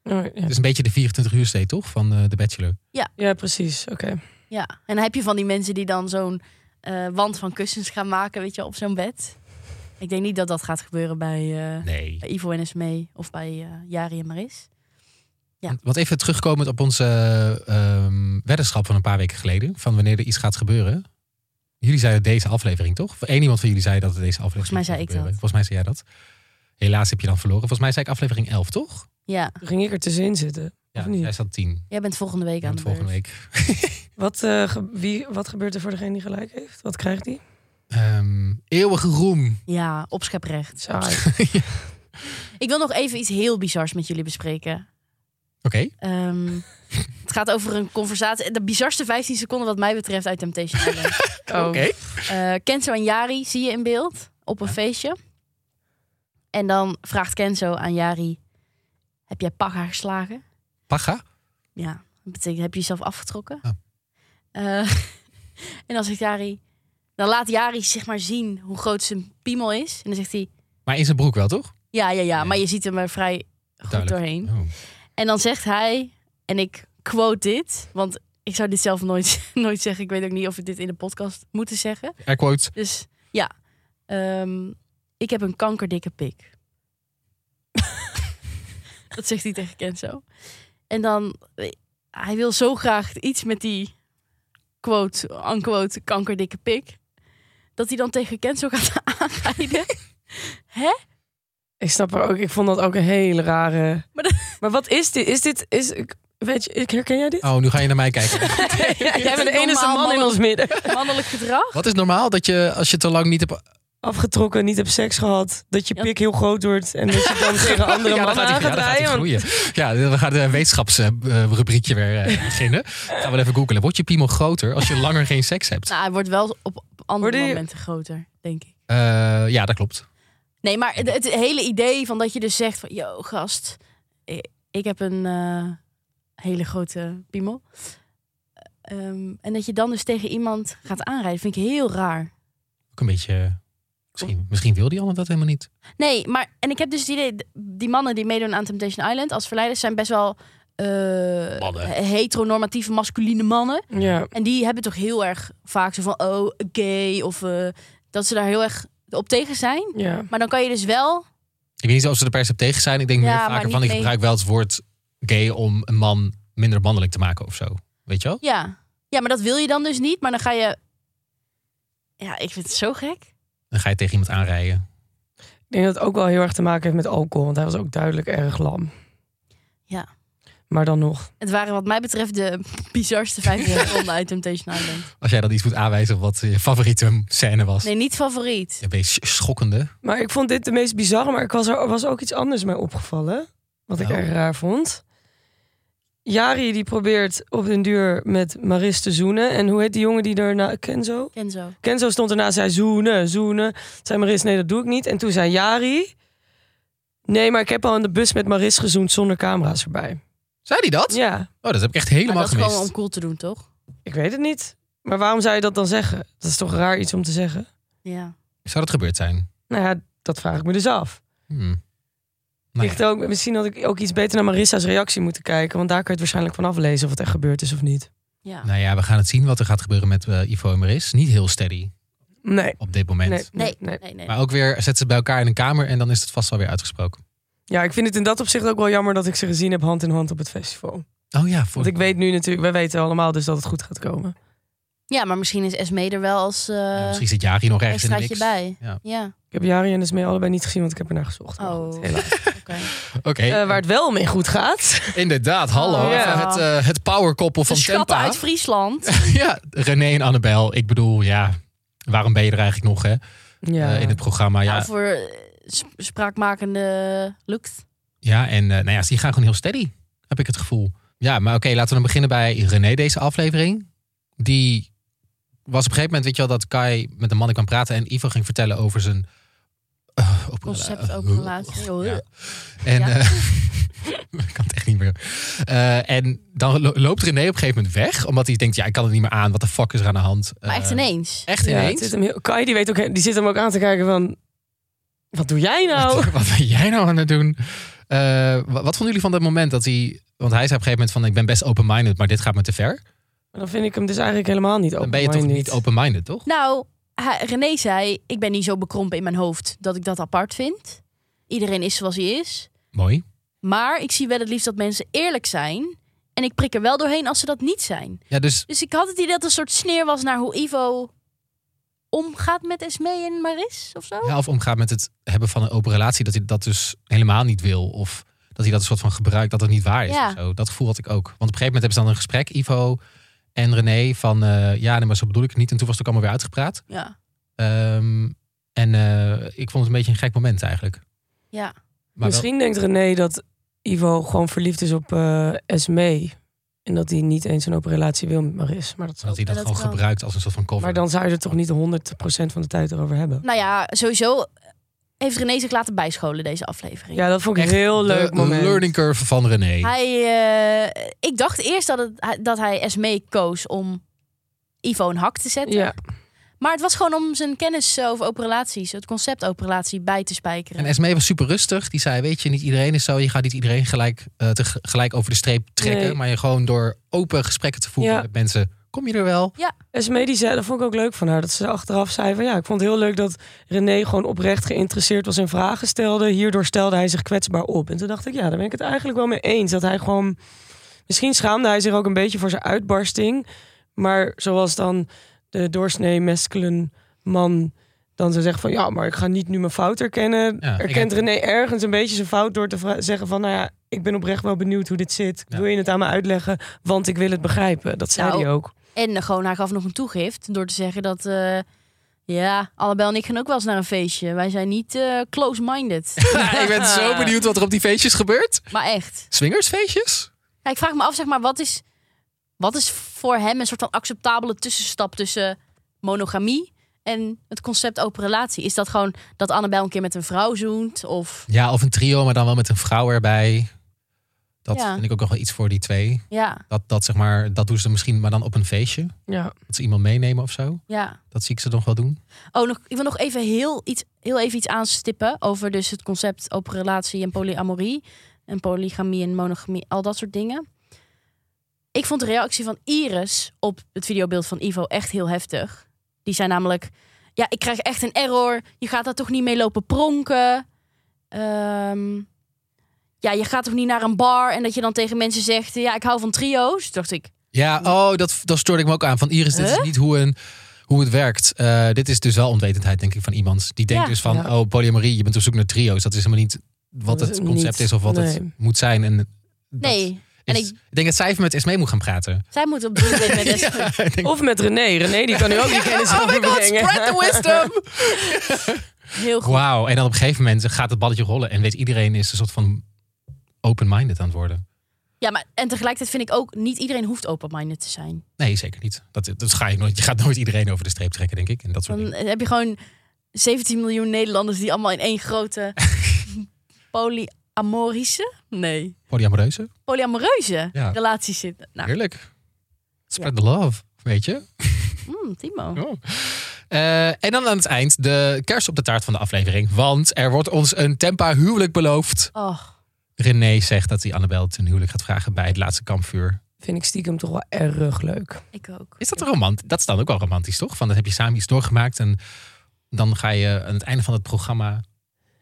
S3: Oh, ja.
S2: Het is een beetje de 24 uur stay, toch? Van eh The Bachelor.
S3: Ja, precies. Oké.
S1: Ja, en dan heb je van die mensen die dan zo'n eh, wand van kussens gaan maken, weet je, op zo'n bed. Ik denk niet dat dat gaat gebeuren bij, eh,
S2: Nee.
S1: bij Ivo en Smee of bij eh, Jari en Maris. Ja.
S2: Want even terugkomend op onze eh, ehm, weddenschap van een paar weken geleden. Van wanneer er iets gaat gebeuren. Jullie zeiden deze aflevering, toch? Of één iemand van jullie zei dat het deze aflevering
S1: mij zei
S2: ging
S1: ik dat.
S2: gebeuren. Volgens mij zei jij dat. Helaas heb je dan verloren. Volgens mij zei ik aflevering 11, toch?
S1: Ja,
S3: Toen ging ik er tussenin zitten.
S2: Ja,
S3: Of niet?
S2: jij zat 10.
S1: jij bent volgende week aan
S2: Want
S1: de beurt.
S2: volgende week.
S3: Wat, eh, ge- wie, wat gebeurt er voor degene die gelijk heeft? Wat krijgt die?
S2: Ehm, eeuwige roem.
S1: Ja, opscheprecht.
S3: Saai.
S1: Ik wil nog even iets heel bizars met jullie bespreken.
S2: Oké.
S1: Ehm, het gaat over een conversatie. De bizarste 15 seconden wat mij betreft uit Temptation Island.
S3: Oh.
S2: Oké.
S1: Eh, Kenzo en Jari zie je in beeld op een feestje. En dan vraagt Kenzo aan Jari: Heb jij paga geslagen?
S2: Paga.
S1: Ja, dat betekent: Heb je jezelf afgetrokken?
S2: Ja.
S1: Eh, en dan zegt Jari: Dan laat Jari zeg maar zien hoe groot zijn piemel is. En dan zegt hij:
S2: Maar in zijn broek wel, toch?
S1: Ja, ja, ja,
S2: Ja.
S1: maar je ziet hem er vrij goed
S2: Duidelijk.
S1: doorheen.
S2: Oh.
S1: En dan zegt hij, en ik quote dit, want ik zou dit zelf nooit, nooit zeggen. Ik weet ook niet of we dit in de podcast moeten zeggen.
S2: Air quotes.
S1: Dus ja, ehm, ik heb een kankerdikke pik. dat zegt hij tegen Kenzo. En dan, eh, hij wil zo graag iets met die quote, unquote, kankerdikke pik. Dat hij dan tegen Kenzo gaat aanrijden.
S3: Ik snap er ook. Ik vond dat ook een hele rare.
S1: Maar
S3: Maar,
S1: dat-
S3: wat is dit? Is dit. Is, ik- weet je, ik herken jij dit?
S2: Oh, nu ga je naar mij kijken.
S3: jij bent de
S1: Normaal
S3: enige man in
S1: mannen-
S3: ons midden.
S1: Mannelijk gedrag.
S2: Wat is normaal dat je, als je te lang niet hebt
S3: Afgetrokken, niet heb seks gehad. Dat je
S1: Ja.
S3: pik heel groot wordt. En dat je dan tegen andere
S2: ja, dan
S3: mannen
S2: gaat hij, ja,
S3: aan gaat
S2: dan gaat hij
S3: draaien.
S2: groeien. Ja, dan gaat een eh, wetenschapsrubriekje weer eh, beginnen. Gaan we even googelen. Wordt je piemel groter als je langer geen seks hebt?
S1: Nou, hij wordt wel op op andere
S3: Worden je-
S1: momenten groter, denk ik.
S2: Eh, ja, dat klopt.
S1: Nee, maar het, het hele idee van dat je dus zegt van... Yo, gast, ik, ik heb een eh, hele grote piemel. Ehm, en dat je dan dus tegen iemand gaat aanrijden, vind ik heel raar.
S2: Ook een beetje... eh, Misschien, misschien wil die ander dat helemaal niet.
S1: Nee, maar... En ik heb dus het idee, die mannen die meedoen aan Temptation Island... als verleiders zijn best wel... eh,
S2: Mannen.
S1: heteronormatieve masculine mannen.
S3: Ja.
S1: En die hebben toch heel erg vaak zo van... Oh, gay. Of eh, dat ze daar heel erg op tegen zijn.
S3: ja.
S1: Maar dan kan je dus wel...
S2: Ik weet niet of ze er per se tegen zijn. Ik denk
S1: Ja,
S2: meer
S1: maar
S2: vaker
S1: niet
S2: van, ik
S1: mee.
S2: gebruik wel het woord gay om een man minder mannelijk te maken of zo. Weet je wel?
S1: Ja. ja, maar dat wil je dan dus niet. Maar dan ga je... Ja, ik vind het zo gek.
S2: Dan ga je tegen iemand aanrijden.
S3: Ik denk dat het ook wel heel erg te maken heeft met alcohol. Want hij was ook duidelijk erg lam.
S1: Ja.
S3: Maar dan nog.
S1: Het waren wat mij betreft de bizarste vijf seconden uit Temptation Island.
S2: Als jij dan iets moet aanwijzen wat je favoriete scène was.
S1: Nee, niet favoriet.
S2: Een beetje schokkende.
S3: Maar ik vond dit de meest bizarre, maar ik was er was ook iets anders mee opgevallen. Wat ik
S2: Nou.
S3: erg raar vond. Jari die probeert op den duur met Maris te zoenen. En hoe heet die jongen die daarna... Kenzo?
S1: Kenzo.
S3: Kenzo stond erna, zei zoenen, zoenen. Toen zei Maris, nee, dat doe ik niet. En toen zei Jari... Nee, maar ik heb al in de bus met Maris gezoend zonder camera's erbij.
S2: Zei hij dat?
S3: Ja,
S2: Oh, dat heb ik echt
S1: Maar
S2: helemaal
S1: dat is
S2: gemist.
S1: gewoon om cool te doen, toch?
S3: ik weet het niet. Maar waarom zou je dat dan zeggen? Dat is toch raar iets om te zeggen?
S1: Ja.
S2: Zou dat gebeurd zijn?
S3: Nou ja, dat vraag ik me dus af.
S2: Hmm. Nou
S3: Ligt ook, misschien had ik ook iets beter naar Marissa's reactie moeten kijken. Want daar kun je het waarschijnlijk van aflezen of het echt gebeurd is of niet.
S1: ja.
S2: Nou ja, we gaan het zien wat er gaat gebeuren met eh, Ivo en Maris. Niet heel steady
S3: Nee.
S2: op dit moment.
S3: Nee.
S1: Nee, nee, nee. nee.
S2: Maar ook weer zet ze bij elkaar in een kamer en dan is het vast wel weer uitgesproken.
S3: Ja, ik vind het in dat opzicht ook wel jammer dat ik ze gezien heb hand in hand op het festival.
S2: Oh ja,
S3: Want
S2: voor...
S3: ik weet nu natuurlijk, wij weten allemaal dus dat het goed gaat komen.
S1: Ja, maar misschien is Esme er wel als eh
S2: Ja, misschien zit Jari nog ergens in de
S1: extraatje
S2: mix.
S1: bij.
S2: Ja.
S3: Ik heb Jari en Esmee allebei niet gezien, want ik heb ernaar gezocht. Maar
S1: Oh.
S3: goed, helaas.
S1: Oké.
S2: Oké,
S3: Eh, waar het wel mee goed gaat.
S2: inderdaad. Hallo.
S1: Oh, ja.
S2: Het, eh het powerkoppel
S1: De
S2: van
S1: schatten
S2: Tempa.
S1: uit Friesland.
S2: ja, René en Annabel. Ik bedoel, ja, waarom ben je er eigenlijk nog hè?
S3: Ja.
S2: Eh, in het programma? Ja,
S1: Nou, voor eh, sp- spraakmakende looks.
S2: ja en eh, nou ja, die gaan gewoon heel steady, heb ik het gevoel. Ja, maar oké, laten we dan beginnen bij René deze aflevering. Die was op een gegeven moment, weet je wel, dat Kai met een man kwam praten... en Ivo ging vertellen over zijn... eh, opera-
S1: Concept open relatie. Oh,
S2: Ja. En
S1: Ja.
S2: eh, ik kan het echt niet meer. Eh, en dan lo- loopt René op een gegeven moment weg. Omdat hij denkt, ja, ik kan het niet meer aan. Wat de fuck is er aan de hand?
S1: Maar echt
S2: Eh,
S1: ineens.
S2: Echt
S3: Ja, het
S2: ineens?
S3: zit hem heel- Kai die, weet ook, die zit hem ook aan te kijken van... Wat doe jij nou?
S2: Wat, wat ben jij nou aan het doen? Eh, wa- wat, vonden jullie van dat moment dat hij... Want hij zei op een gegeven moment van... Ik ben best open-minded, maar dit gaat me te ver.
S3: Maar dan vind ik hem dus eigenlijk helemaal niet open.
S2: Dan ben je toch niet open-minded, toch?
S1: Nou, hij- René zei, ik ben niet zo bekrompen in mijn hoofd dat ik dat apart vind. Iedereen is zoals hij is.
S2: Mooi.
S1: Maar ik zie wel het liefst dat mensen eerlijk zijn. En ik prik er wel doorheen als ze dat niet zijn.
S2: Ja, dus...
S1: Dus ik had het idee dat het een soort sneer was naar hoe Ivo omgaat met Esmee en Maris of zo.
S2: Ja, of omgaat met het hebben van een open relatie. Dat hij dat dus helemaal niet wil. Of dat hij dat een soort van gebruikt. Dat het niet waar is.
S1: Ja.
S2: of zo. Dat gevoel had ik ook. Want op een gegeven moment hebben ze dan een gesprek. Ivo en René van... eh, ja, nee, maar zo bedoel ik het niet. En toen was het ook allemaal weer uitgepraat.
S1: Ja.
S2: Ehm, en eh, ik vond het een beetje een gek moment eigenlijk.
S1: Ja.
S2: Maar wel-
S3: Misschien denkt René dat Ivo gewoon verliefd is op eh Esme. En dat hij niet eens een open relatie wil met Maris. Maar, dat zou-
S2: dat hij dat,
S1: Ja, dat
S2: gewoon
S1: kan.
S2: gebruikt als een soort van cover.
S3: maar dan zou je er toch niet 100% van de tijd erover hebben.
S1: Nou ja, sowieso heeft René zich laten bijscholen deze aflevering.
S3: Ja, dat vond ik
S2: Echt
S3: een heel
S2: de
S3: leuk moment.
S2: learning curve van René.
S1: Hij, eh, ik dacht eerst dat, het, dat hij Esmee koos om Ivo een hak te zetten.
S3: Ja,
S1: Maar het was gewoon om zijn kennis over open relaties, het concept open relatie, bij te spijkeren.
S2: En Esmee was super rustig. Die zei, weet je, niet iedereen is zo. Je gaat niet iedereen gelijk, eh, tegelijk over de streep trekken.
S3: Nee.
S2: Maar je gewoon door open gesprekken te voeren
S3: Ja.
S2: met mensen. Kom je er wel?
S3: Esme E die zei, dat vond ik ook leuk van haar. Dat ze achteraf zei van ja, ik vond het heel leuk dat René gewoon oprecht geïnteresseerd was en vragen stelde. Hierdoor stelde hij zich kwetsbaar op. En toen dacht ik, ja, daar ben ik het eigenlijk wel mee eens. Dat hij gewoon, misschien schaamde hij zich ook een beetje voor zijn uitbarsting. Maar zoals dan de doorsnee masculine man dan zou zeggen van ja, maar ik ga niet nu mijn fout erkennen.
S2: Ja, ik
S3: Erkent
S2: heb-
S3: René ergens een beetje zijn fout door te vra- zeggen van nou ja, ik ben oprecht wel benieuwd hoe dit zit.
S2: Ja.
S3: Wil je het aan me uitleggen? Want ik wil het begrijpen. Dat zei
S1: Nou,
S3: hij ook.
S1: En gewoon, hij gaf nog een toegift door te zeggen dat... eh, ja, Annabel en ik gaan ook wel eens naar een feestje. Wij zijn niet eh, close-minded.
S2: ik ben zo benieuwd wat er op die feestjes gebeurt.
S1: maar echt.
S2: Swingersfeestjes?
S1: Ja, ik vraag me af, zeg maar, wat is, wat is voor hem een soort van acceptabele tussenstap tussen monogamie en het concept open relatie? Is dat gewoon dat Annabel een keer met een vrouw zoent? Of
S2: Ja, of een trio, maar dan wel met een vrouw erbij. Dat
S1: Ja.
S2: vind ik ook nog wel iets voor die twee.
S1: ja,
S2: Dat, dat, zeg maar, dat doen ze misschien, maar dan op een feestje.
S3: Ja.
S2: Dat ze iemand meenemen of zo.
S1: ja.
S2: Dat zie ik ze nog wel doen.
S1: Oh, nog, ik wil nog even heel, iets, heel even iets aanstippen over dus het concept open relatie en polyamorie. En polygamie en monogamie, al dat soort dingen. Ik vond de reactie van Iris op het videobeeld van Ivo echt heel heftig. Die zei namelijk, ja, ik krijg echt een error. Je gaat daar toch niet mee lopen pronken. Ehm, ja, je gaat toch niet naar een bar en dat je dan tegen mensen zegt, ja, ik hou van trio's. Toen dacht ik,
S2: Ja, oh, dat, dat stoorde ik me ook aan. Van Iris, dit is
S1: Huh?
S2: niet hoe, een, hoe het werkt. Eh, dit is dus wel onwetendheid, denk ik, van iemand. Die denkt
S1: Ja. Eh,
S2: dus van,
S3: Ja.
S2: oh, polyamorie, je bent op zoek naar trio's. Dat is helemaal niet wat
S3: Dat
S2: het
S3: is
S2: concept
S3: niet-
S2: is of wat het
S3: nee.
S2: moet zijn. En dat-
S1: nee, En
S2: Is-
S1: ik-
S2: ik... denk dat zij even met Esmee moet gaan praten.
S1: Zij moet op doel dit met Esme.
S2: Ik denk-
S3: Of met René. René die kan nu ook die kennis
S2: oh my god,
S3: overbrengen.
S2: spread the wisdom!
S1: Heel goed.
S2: Wauw, en dan op een gegeven moment gaat het balletje rollen. En weet iedereen is een soort van open-minded aan het worden.
S1: Ja, maar en tegelijkertijd vind ik ook niet iedereen hoeft open-minded te zijn.
S2: Nee, zeker niet. Dat, dat ga je, nooit, je gaat nooit iedereen over de streep trekken, denk ik. En dat soort
S1: Dan
S2: dingen.
S1: heb je gewoon 17 miljoen Nederlanders die allemaal in één grote polyamorische, nee,
S2: Polyamoreuze?
S1: polyamoreuze
S2: Ja.
S1: relatie zitten. Nou,
S2: Heerlijk. Spread the love, weet je?
S1: mm, Timo.
S2: Oh. Eh, en dan aan het eind de kerst op de taart van de aflevering. Want er wordt ons een tempa huwelijk beloofd.
S1: Oh,
S2: René zegt dat hij Annabel ten huwelijk gaat vragen bij het laatste kampvuur.
S3: Vind ik stiekem toch wel erg leuk.
S1: ik ook.
S2: Is dat een romant? Dat is dan ook wel romantisch, toch? Van dat heb je samen iets doorgemaakt en dan ga je aan het einde van het programma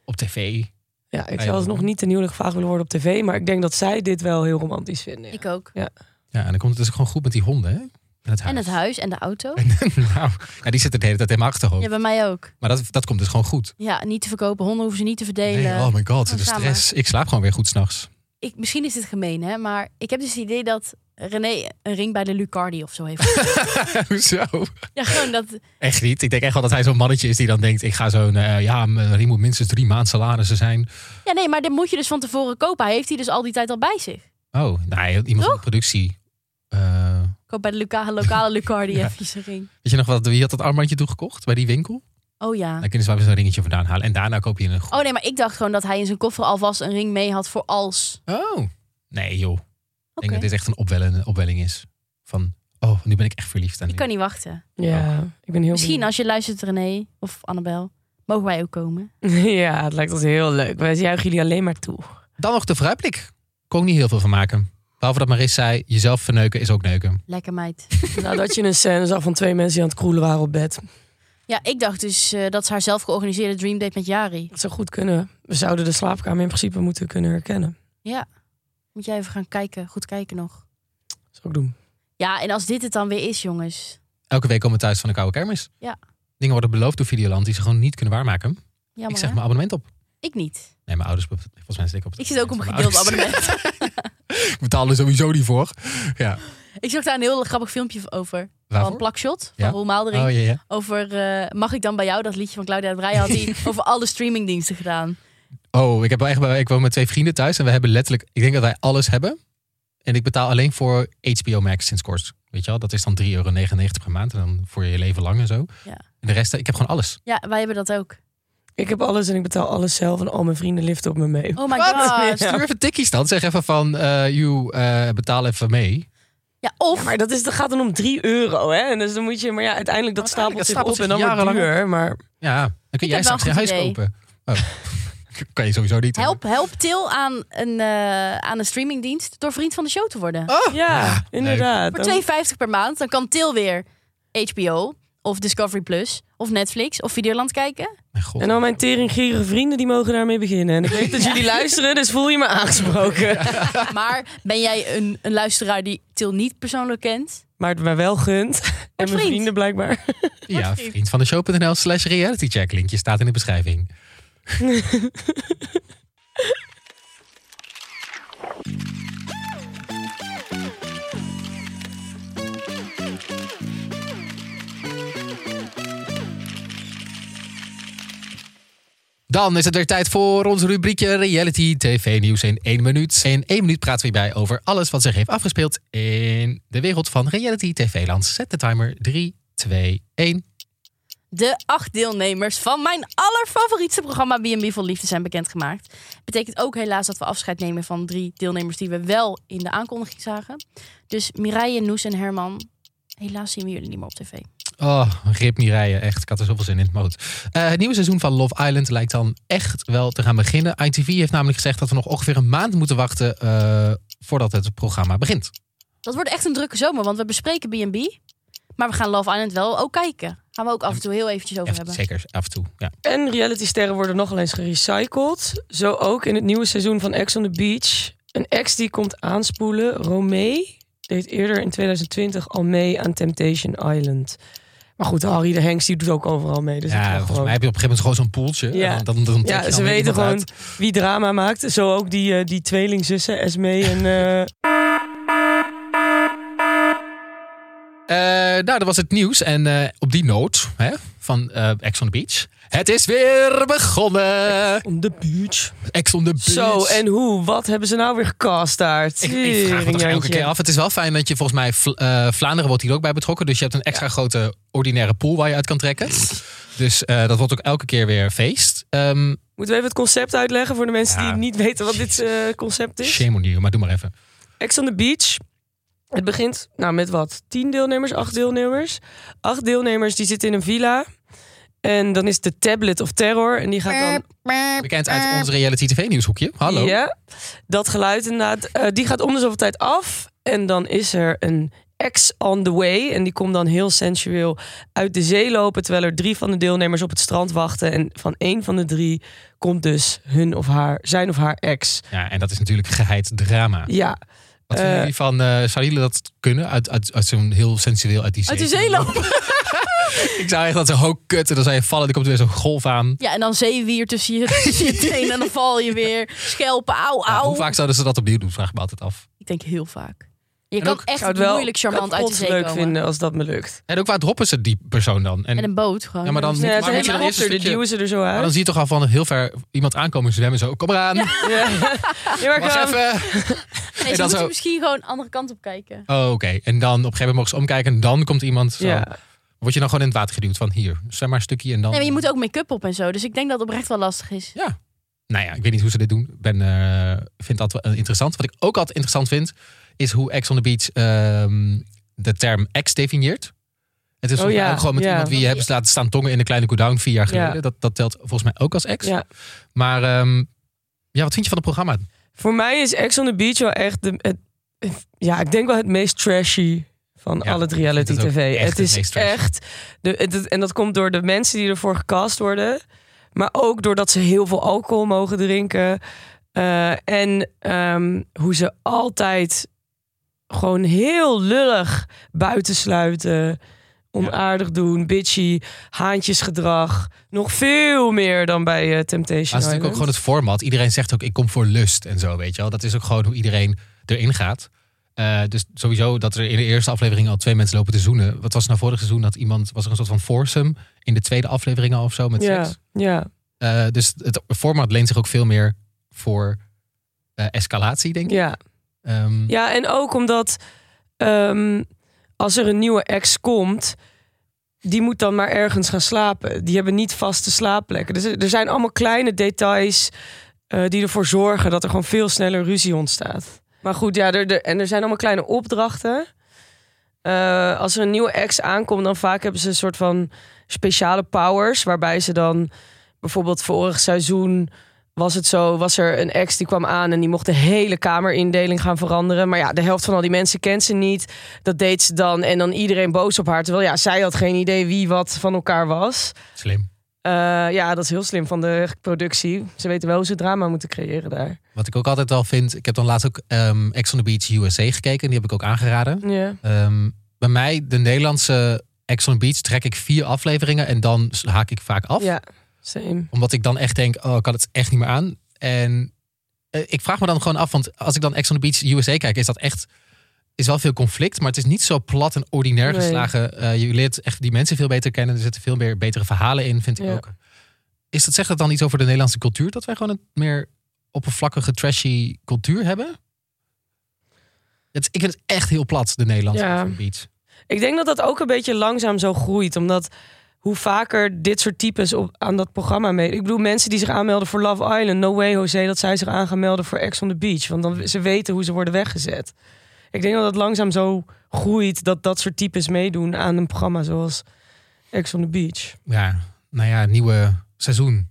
S2: op tv.
S3: Ja, ik
S2: Ja,
S3: zou
S2: ja.
S3: het nog niet ten huwelijk gevraagd willen worden op tv. Maar ik denk dat zij dit wel heel romantisch vinden. ja.
S1: Ik ook.
S2: Ja, en dan komt het dus ook gewoon goed met die honden, hè? En het
S1: En
S2: huis.
S1: het huis en de auto.
S2: En- nou, ja, die zitten de hele tijd in mijn achterhoofd.
S1: Ja, bij mij ook.
S2: Maar dat, dat komt dus gewoon goed.
S1: Ja, niet te verkopen. Honden hoeven ze niet te verdelen.
S2: Nee, oh my god,
S1: Gewoon
S2: de
S1: samen.
S2: stress. Ik slaap gewoon weer goed s'nachts.
S1: ik, misschien is dit gemeen, hè? Maar ik heb dus het idee dat René een ring bij de Lucardi of zo heeft.
S2: Hoezo?
S1: ja, gewoon dat.
S2: Echt niet. Ik denk echt wel dat hij zo'n mannetje is die dan denkt: ik ga zo'n. eh, ja, mijn riem moet minstens drie maand salarissen zijn.
S1: Ja, nee, maar dit moet je dus van tevoren kopen. Hij heeft die dus al die tijd al bij zich.
S2: Oh, nee, iemand van de
S1: Toch?
S2: productie. Eh,
S1: Koop bij de Luca- lokale Lucardi
S2: Ja.
S1: even een ring.
S2: weet je nog wat? Wie had dat armbandje toegekocht bij die winkel?
S1: Oh ja.
S2: Dan kunnen ze wel weer zo'n ringetje vandaan halen. En daarna koop je een. goed-
S1: Oh nee, maar ik dacht gewoon dat hij in zijn koffer alvast een ring mee had voor als.
S2: Oh. Nee, joh. Ik
S1: Oké.
S2: denk dat dit echt een opwellende opwelling is. Van, oh, nu ben ik echt verliefd. En
S1: Ik kan niet wachten.
S3: Ja, ik ben heel
S1: Misschien als je luistert, René of Annabel, mogen wij ook komen.
S3: benieuwd. Ja, het lijkt ons heel leuk. Wij juichen jullie alleen maar toe.
S2: Dan nog de vooruitblik. Kon ik niet heel veel van maken. Behalve dat Maris zei: jezelf verneuken is ook neuken.
S1: Lekker meid.
S3: Nou, dat je een scène zag van twee mensen die aan het kroelen waren op bed.
S1: Ja, ik dacht dus eh, dat ze haar zelf georganiseerde dream date met Jari.
S3: Dat zou goed kunnen. We zouden de slaapkamer in principe moeten kunnen herkennen.
S1: Moet jij even gaan kijken, goed kijken nog.
S3: Dat zou ik doen.
S1: Ja, en als dit het dan weer is, jongens.
S2: Elke week komen we thuis van de koude kermis.
S1: Ja.
S2: Dingen worden beloofd door Videoland die ze gewoon niet kunnen waarmaken.
S1: Jammer,
S2: ik zeg
S1: hè?
S2: mijn abonnement op.
S1: Ik niet.
S2: Nee, mijn ouders, volgens mij zit ik op het
S1: Ik zit ook op een
S2: van mijn
S1: gedeeld
S2: ouders.
S1: abonnement.
S2: Ik betaal er sowieso niet voor. Ja.
S1: Ik zag daar een heel grappig filmpje over. Van
S2: Waarvoor?
S1: Plakshot, van
S2: Ja.
S1: Roel Maaldering.
S2: Oh ja, ja.
S1: Over eh, Mag ik dan bij jou? Dat liedje van Claudia de Breij had hij over alle streamingdiensten gedaan.
S2: Oh, ik, heb wel echt, bij- ik woon met twee vrienden thuis en we hebben letterlijk, ik denk dat wij alles hebben. En ik betaal alleen voor HBO Max sinds kort. Weet je wel, dat is dan 3,99 euro per maand en dan voor je leven lang en zo.
S1: Ja.
S2: En de rest, ik heb gewoon alles.
S1: Ja, wij hebben dat ook.
S3: Ik heb alles en ik betaal alles zelf en al mijn vrienden liften op me mee.
S1: Oh my
S2: Wat?
S1: god.
S3: Ja.
S1: Ja.
S2: Stuur even tikkies dan. Zeg even van, eh you, eh, betaal even mee.
S1: of
S3: Ja, maar dat, is, dat gaat dan om 3 euro, hè? En dus dan moet je, maar ja, uiteindelijk dat stapelt,
S2: Oh, Uiteindelijk, dat
S3: zich
S2: stapelt
S3: op
S2: zich
S3: en dan wordt het
S2: jarenlang
S3: duur. Maar
S2: Ja, dan
S1: Ik
S2: kun jij
S1: heb wel
S2: straks je
S1: een goed
S2: huis
S1: idee.
S2: kopen. Oh. kan je sowieso niet.
S1: help, help Til aan een, eh, aan een streamingdienst door vriend van de show te worden.
S2: Oh.
S3: ja,
S2: leuk.
S3: inderdaad. Dan-
S1: Voor 2,50 per maand. Dan kan Til weer HBO of Discovery Plus of Netflix of Videoland kijken.
S2: Mijn god.
S3: En al mijn teringgerige vrienden, die mogen daarmee beginnen. En ik weet dat jullie luisteren, dus voel je me aangesproken.
S1: Maar ben jij een, een luisteraar die Til niet persoonlijk kent?
S3: Maar het mij wel gunt. En mijn
S1: vriend.
S3: vrienden blijkbaar.
S2: Ja, vriend van de show.nl slash realitycheck. Linkje staat in de beschrijving. Dan is het weer tijd voor ons rubriekje Reality TV Nieuws in één minuut. In één minuut praten we bij over alles wat zich heeft afgespeeld in de wereld van Reality TV-land. Zet de timer 3, 2, 1.
S1: De acht deelnemers van mijn allerfavorietste programma B&B voor Liefde zijn bekendgemaakt. Betekent ook helaas dat we afscheid nemen van drie deelnemers die we wel in de aankondiging zagen. Dus Mireille, Noes en Herman, helaas zien we jullie niet meer op tv.
S2: Oh, rip niet rijden. Echt, ik had er zoveel zin in het moot. Eh, het nieuwe seizoen van Love Island lijkt dan echt wel te gaan beginnen. ITV heeft namelijk gezegd dat we nog ongeveer een maand moeten wachten eh, voordat het programma begint.
S1: Dat wordt echt een drukke zomer, want we bespreken B&B. Maar we gaan Love Island wel ook kijken. Gaan we ook af en toe heel eventjes over
S2: Even-
S1: hebben.
S2: zeker, af en toe. Ja.
S3: En realitysterren worden nogal eens gerecycled. Zo ook in het nieuwe seizoen van Ex on the Beach. Een ex die komt aanspoelen, Romee, deed eerder in 2020 al mee aan Temptation Island. Maar goed, Harry de Hengst die doet ook overal mee. Dus
S2: ja,
S3: het gaat
S2: volgens
S3: gewoon-
S2: mij heb je op een gegeven moment gewoon zo'n poeltje.
S3: Ja.
S2: En dan, dan, dan trek je
S3: Ja,
S2: dan
S3: ze
S2: weer
S3: weten
S2: iemand
S3: gewoon
S2: uit.
S3: wie drama maakt. Zo ook die, eh, die tweelingzussen, Esme en... eh,
S2: Eh, nou, dat was het nieuws. En eh, op die noot hè, van eh Ex on the Beach. Het is weer begonnen.
S3: On the beach.
S2: Ex on the Beach.
S3: Zo, en hoe? Wat hebben ze nou weer gecast daar?
S2: Ik, ik vraag me toch elke keer af. Het is wel fijn dat je volgens mij... Vl- eh, Vlaanderen wordt hier ook bij betrokken. Dus je hebt een extra grote ordinaire pool waar je uit kan trekken. Dus eh, dat wordt ook elke keer weer feest. Ehm
S3: Moeten we even het concept uitleggen voor de mensen
S2: Ja.
S3: die niet weten wat dit eh, concept is?
S2: shame on you, maar doe maar even.
S3: Ex on the Beach. Het begint nou, met wat? Tien deelnemers, acht deelnemers. Acht deelnemers die zitten in een villa. En dan is de tablet of terror. En die gaat dan
S1: Eh.
S2: Bekend uit ons reality tv nieuwshoekje. Hallo.
S3: Ja, dat geluid inderdaad. Eh, die gaat om de zoveel tijd af. En dan is er een ex on the way. En die komt dan heel sensueel uit de zee lopen. Terwijl er drie van de deelnemers op het strand wachten. En van één van de drie komt dus hun of haar, zijn of haar ex.
S2: Ja, en dat is natuurlijk geheid drama.
S3: Ja,
S2: Wat vinden
S3: Eh,
S2: jullie van, eh zou jullie dat kunnen? Uit, uit, uit zo'n heel sensueel, uit die zee.
S1: Uit de zee lopen.
S2: Ik zou echt dat ze hoog kut en dan zou je vallen. Dan komt er weer zo'n golf aan.
S1: Ja, en dan zeewier tussen je, tussen je tenen en dan val je weer. Schelpen, auw,
S2: Ja,
S1: auw.
S2: hoe vaak zouden ze dat opnieuw doen? Vraag ik me altijd af.
S1: Ik denk heel vaak. Je
S2: En
S1: kan
S2: ook-
S3: ik zou
S1: echt
S3: het wel
S1: moeilijk charmant uit de
S3: kapot
S1: zee
S3: leuk
S1: komen.
S3: vinden als dat me lukt.
S2: En ook waar droppen ze die persoon dan? En,
S1: Met een boot gewoon.
S2: Ja, maar dan-
S1: Dus-
S2: Maar
S3: Ja,
S2: moet je
S3: het is
S2: dan
S3: een
S2: eerst een
S3: helikopter, die
S2: stukje-
S3: duwen ze er zo
S2: maar
S3: uit.
S2: dan zie je toch al van heel ver iemand aankomen zwemmen. Zo, kom eraan.
S3: Ja. Ja, maar
S2: Was
S3: ik, ehm,
S2: even.
S1: Nee,
S2: en
S1: ze
S2: dan
S1: moeten
S2: zo-
S1: misschien gewoon de andere kant op kijken.
S2: Oh, oké. En dan op een gegeven moment mogen ze omkijken. En dan komt iemand. Zo.
S3: ja.
S2: Word je dan gewoon in het water geduwd van hier, zwem maar een stukje en dan.
S1: Nee, maar je moet ook make-up op en zo. Dus ik denk dat het oprecht wel lastig is.
S2: Ja. Nou ja, ik weet niet hoe ze dit doen. Ik ben, eh, vind dat wel interessant. Wat ik ook altijd interessant vind, is hoe Ex on the Beach ehm, de term ex definieert. Het is
S3: Oh
S2: volgens mij
S3: ja,
S2: ook gewoon met
S3: ja.
S2: iemand wie je hebt laten staan tongen in een kleine cooldown vier jaar
S3: Ja.
S2: geleden. Dat, dat telt volgens mij ook als ex.
S3: Ja.
S2: Maar ehm, ja, wat vind je van het programma?
S3: Voor mij is Ex on the Beach wel echt de, het, het- ja, ik denk wel het meest trashy van
S2: Ja,
S3: al het
S2: ik vind het
S3: reality
S2: ook
S3: tv.
S2: echt
S3: Het
S2: het
S3: is
S2: meest trashy.
S3: echt de, het- het- en dat komt door de mensen die ervoor gecast worden, maar ook doordat ze heel veel alcohol mogen drinken Eh, en ehm, hoe ze altijd gewoon heel lullig buitensluiten. Onaardig doen, bitchy, haantjesgedrag. Nog veel meer dan bij eh,
S2: Maar
S3: Temptation
S2: het is natuurlijk ook
S3: Island.
S2: gewoon het format. Iedereen zegt ook, ik kom voor lust en zo, weet je wel. Dat is ook gewoon hoe iedereen erin gaat. Eh, dus sowieso dat er in de eerste aflevering al twee mensen lopen te zoenen. Wat was er nou vorig seizoen? Dat iemand, was er een soort van foursome in de tweede aflevering al of zo met
S3: ja,
S2: seks?
S3: ja.
S2: Eh, dus het format leent zich ook veel meer voor eh, escalatie, denk ik.
S3: Ja.
S2: Ehm,
S3: ja, en ook omdat ehm, als er een nieuwe ex komt, die moet dan maar ergens gaan slapen. Die hebben niet vaste slaapplekken. Dus er er zijn allemaal kleine details eh, die ervoor zorgen dat er gewoon veel sneller ruzie ontstaat. Maar goed, ja, er, er- en er zijn allemaal kleine opdrachten. Eh, als er een nieuwe ex aankomt, dan vaak hebben ze een soort van speciale powers. Waarbij ze dan bijvoorbeeld vorig seizoen was het zo, was er een ex die kwam aan en die mocht de hele kamerindeling gaan veranderen. Maar ja, de helft van al die mensen kent ze niet. Dat deed ze dan en dan iedereen boos op haar. Terwijl ja, zij had geen idee wie wat van elkaar was.
S2: Slim.
S3: Eh, ja, dat is heel slim van de productie. Ze weten wel hoe ze drama moeten creëren daar.
S2: Wat ik ook altijd wel vind, ik heb dan laatst ook ehm Ex on the Beach USA gekeken. Die heb ik ook aangeraden.
S3: Ja.
S2: Ehm, bij mij, de Nederlandse Ex on the Beach, trek ik vier afleveringen en dan s- haak ik vaak af.
S3: Ja, same.
S2: Omdat ik dan echt denk, oh, ik kan het echt niet meer aan. En eh, ik vraag me dan gewoon af, want als ik dan Ex on the Beach USA kijk, is dat echt... is wel veel conflict, maar het is niet zo plat en ordinair
S3: Nee.
S2: geslagen. Eh, je leert echt die mensen veel beter kennen. Er zitten veel meer betere verhalen in, vind ik
S3: Ja.
S2: ook. Is dat, zegt dat dan iets over de Nederlandse cultuur? Dat wij gewoon een meer oppervlakkige, trashy cultuur hebben? Het, ik vind het echt heel plat, de Nederlandse
S3: Ja.
S2: Ex on the Beach.
S3: Ik denk dat dat ook een beetje langzaam zo groeit. Omdat hoe vaker dit soort types op, aan dat programma mee. Ik bedoel, mensen die zich aanmelden voor Love Island. No way, Jose, dat zij zich aan gaan melden voor Ex on the Beach. Want dan, ze weten hoe ze worden weggezet. Ik denk dat dat langzaam zo groeit. Dat dat soort types meedoen aan een programma zoals Ex on the Beach.
S2: ja, nou ja, nieuwe seizoen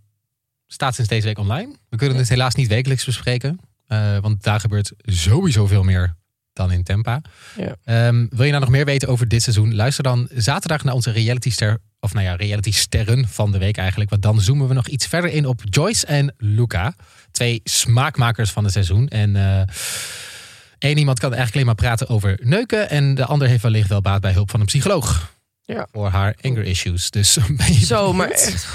S2: staat sinds deze week online. We kunnen het helaas niet wekelijks bespreken, eh, want daar gebeurt sowieso veel meer dan in Tempa.
S3: Ja.
S2: Ehm, wil je nou nog meer weten over dit seizoen? Luister dan zaterdag naar onze realityster, of nou ja, realitysterren van de week eigenlijk. Want dan zoomen we nog iets verder in op Joyce en Luca, twee smaakmakers van het seizoen. En eh één iemand kan eigenlijk alleen maar praten over neuken en de ander heeft wellicht wel baat bij hulp van een psycholoog.
S3: Ja.
S2: Voor haar anger issues. Dus ben je
S3: Zo, maar
S2: benieuwd?
S3: echt.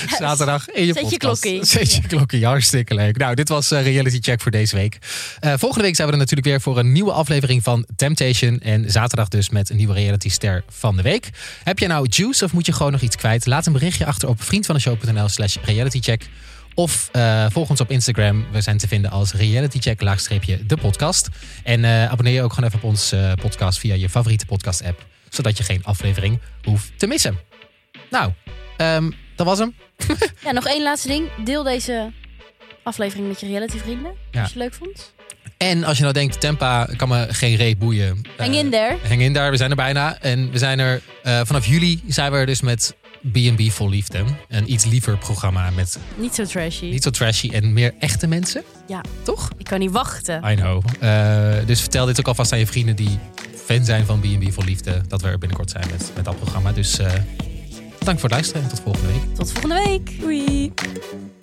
S2: Zaterdag in je
S1: Zet je
S2: podcast.
S1: klokkie.
S2: Zet je klokkie. Hartstikke leuk. Nou, dit was eh, Reality Check voor deze week. Eh, volgende week zijn we er natuurlijk weer voor een nieuwe aflevering van Temptation. En zaterdag dus met een nieuwe reality ster van de week. Heb je nou juice of moet je gewoon nog iets kwijt? Laat een berichtje achter op vriendvandeshow.nl slash realitycheck. Of eh, volg ons op Instagram. We zijn te vinden als realitycheck laagstreepje de podcast. En eh, abonneer je ook gewoon even op ons eh, podcast via je favoriete podcast app. Zodat je geen aflevering hoeft te missen. Nou, ehm, dat was hem.
S1: Ja, nog één laatste ding. Deel deze aflevering met je realityvrienden.
S2: Ja.
S1: Als je het leuk vond.
S2: En als je nou denkt, Tempa kan me geen reet boeien.
S1: Hang
S2: Eh,
S1: in there.
S2: Hang in daar, we zijn er bijna. En we zijn er eh, vanaf juli zijn we er dus met B&B Vol Liefde. Een iets liever programma met
S1: Niet zo trashy.
S2: niet zo trashy en meer echte mensen.
S1: Ja.
S2: Toch?
S1: Ik kan niet wachten.
S2: I know. Eh, dus vertel dit ook alvast aan je vrienden die fan zijn van B&B Vol Liefde. Dat we er binnenkort zijn met, met dat programma. Dus eh, bedankt voor het luisteren en tot volgende week.
S1: Tot volgende week. Doei.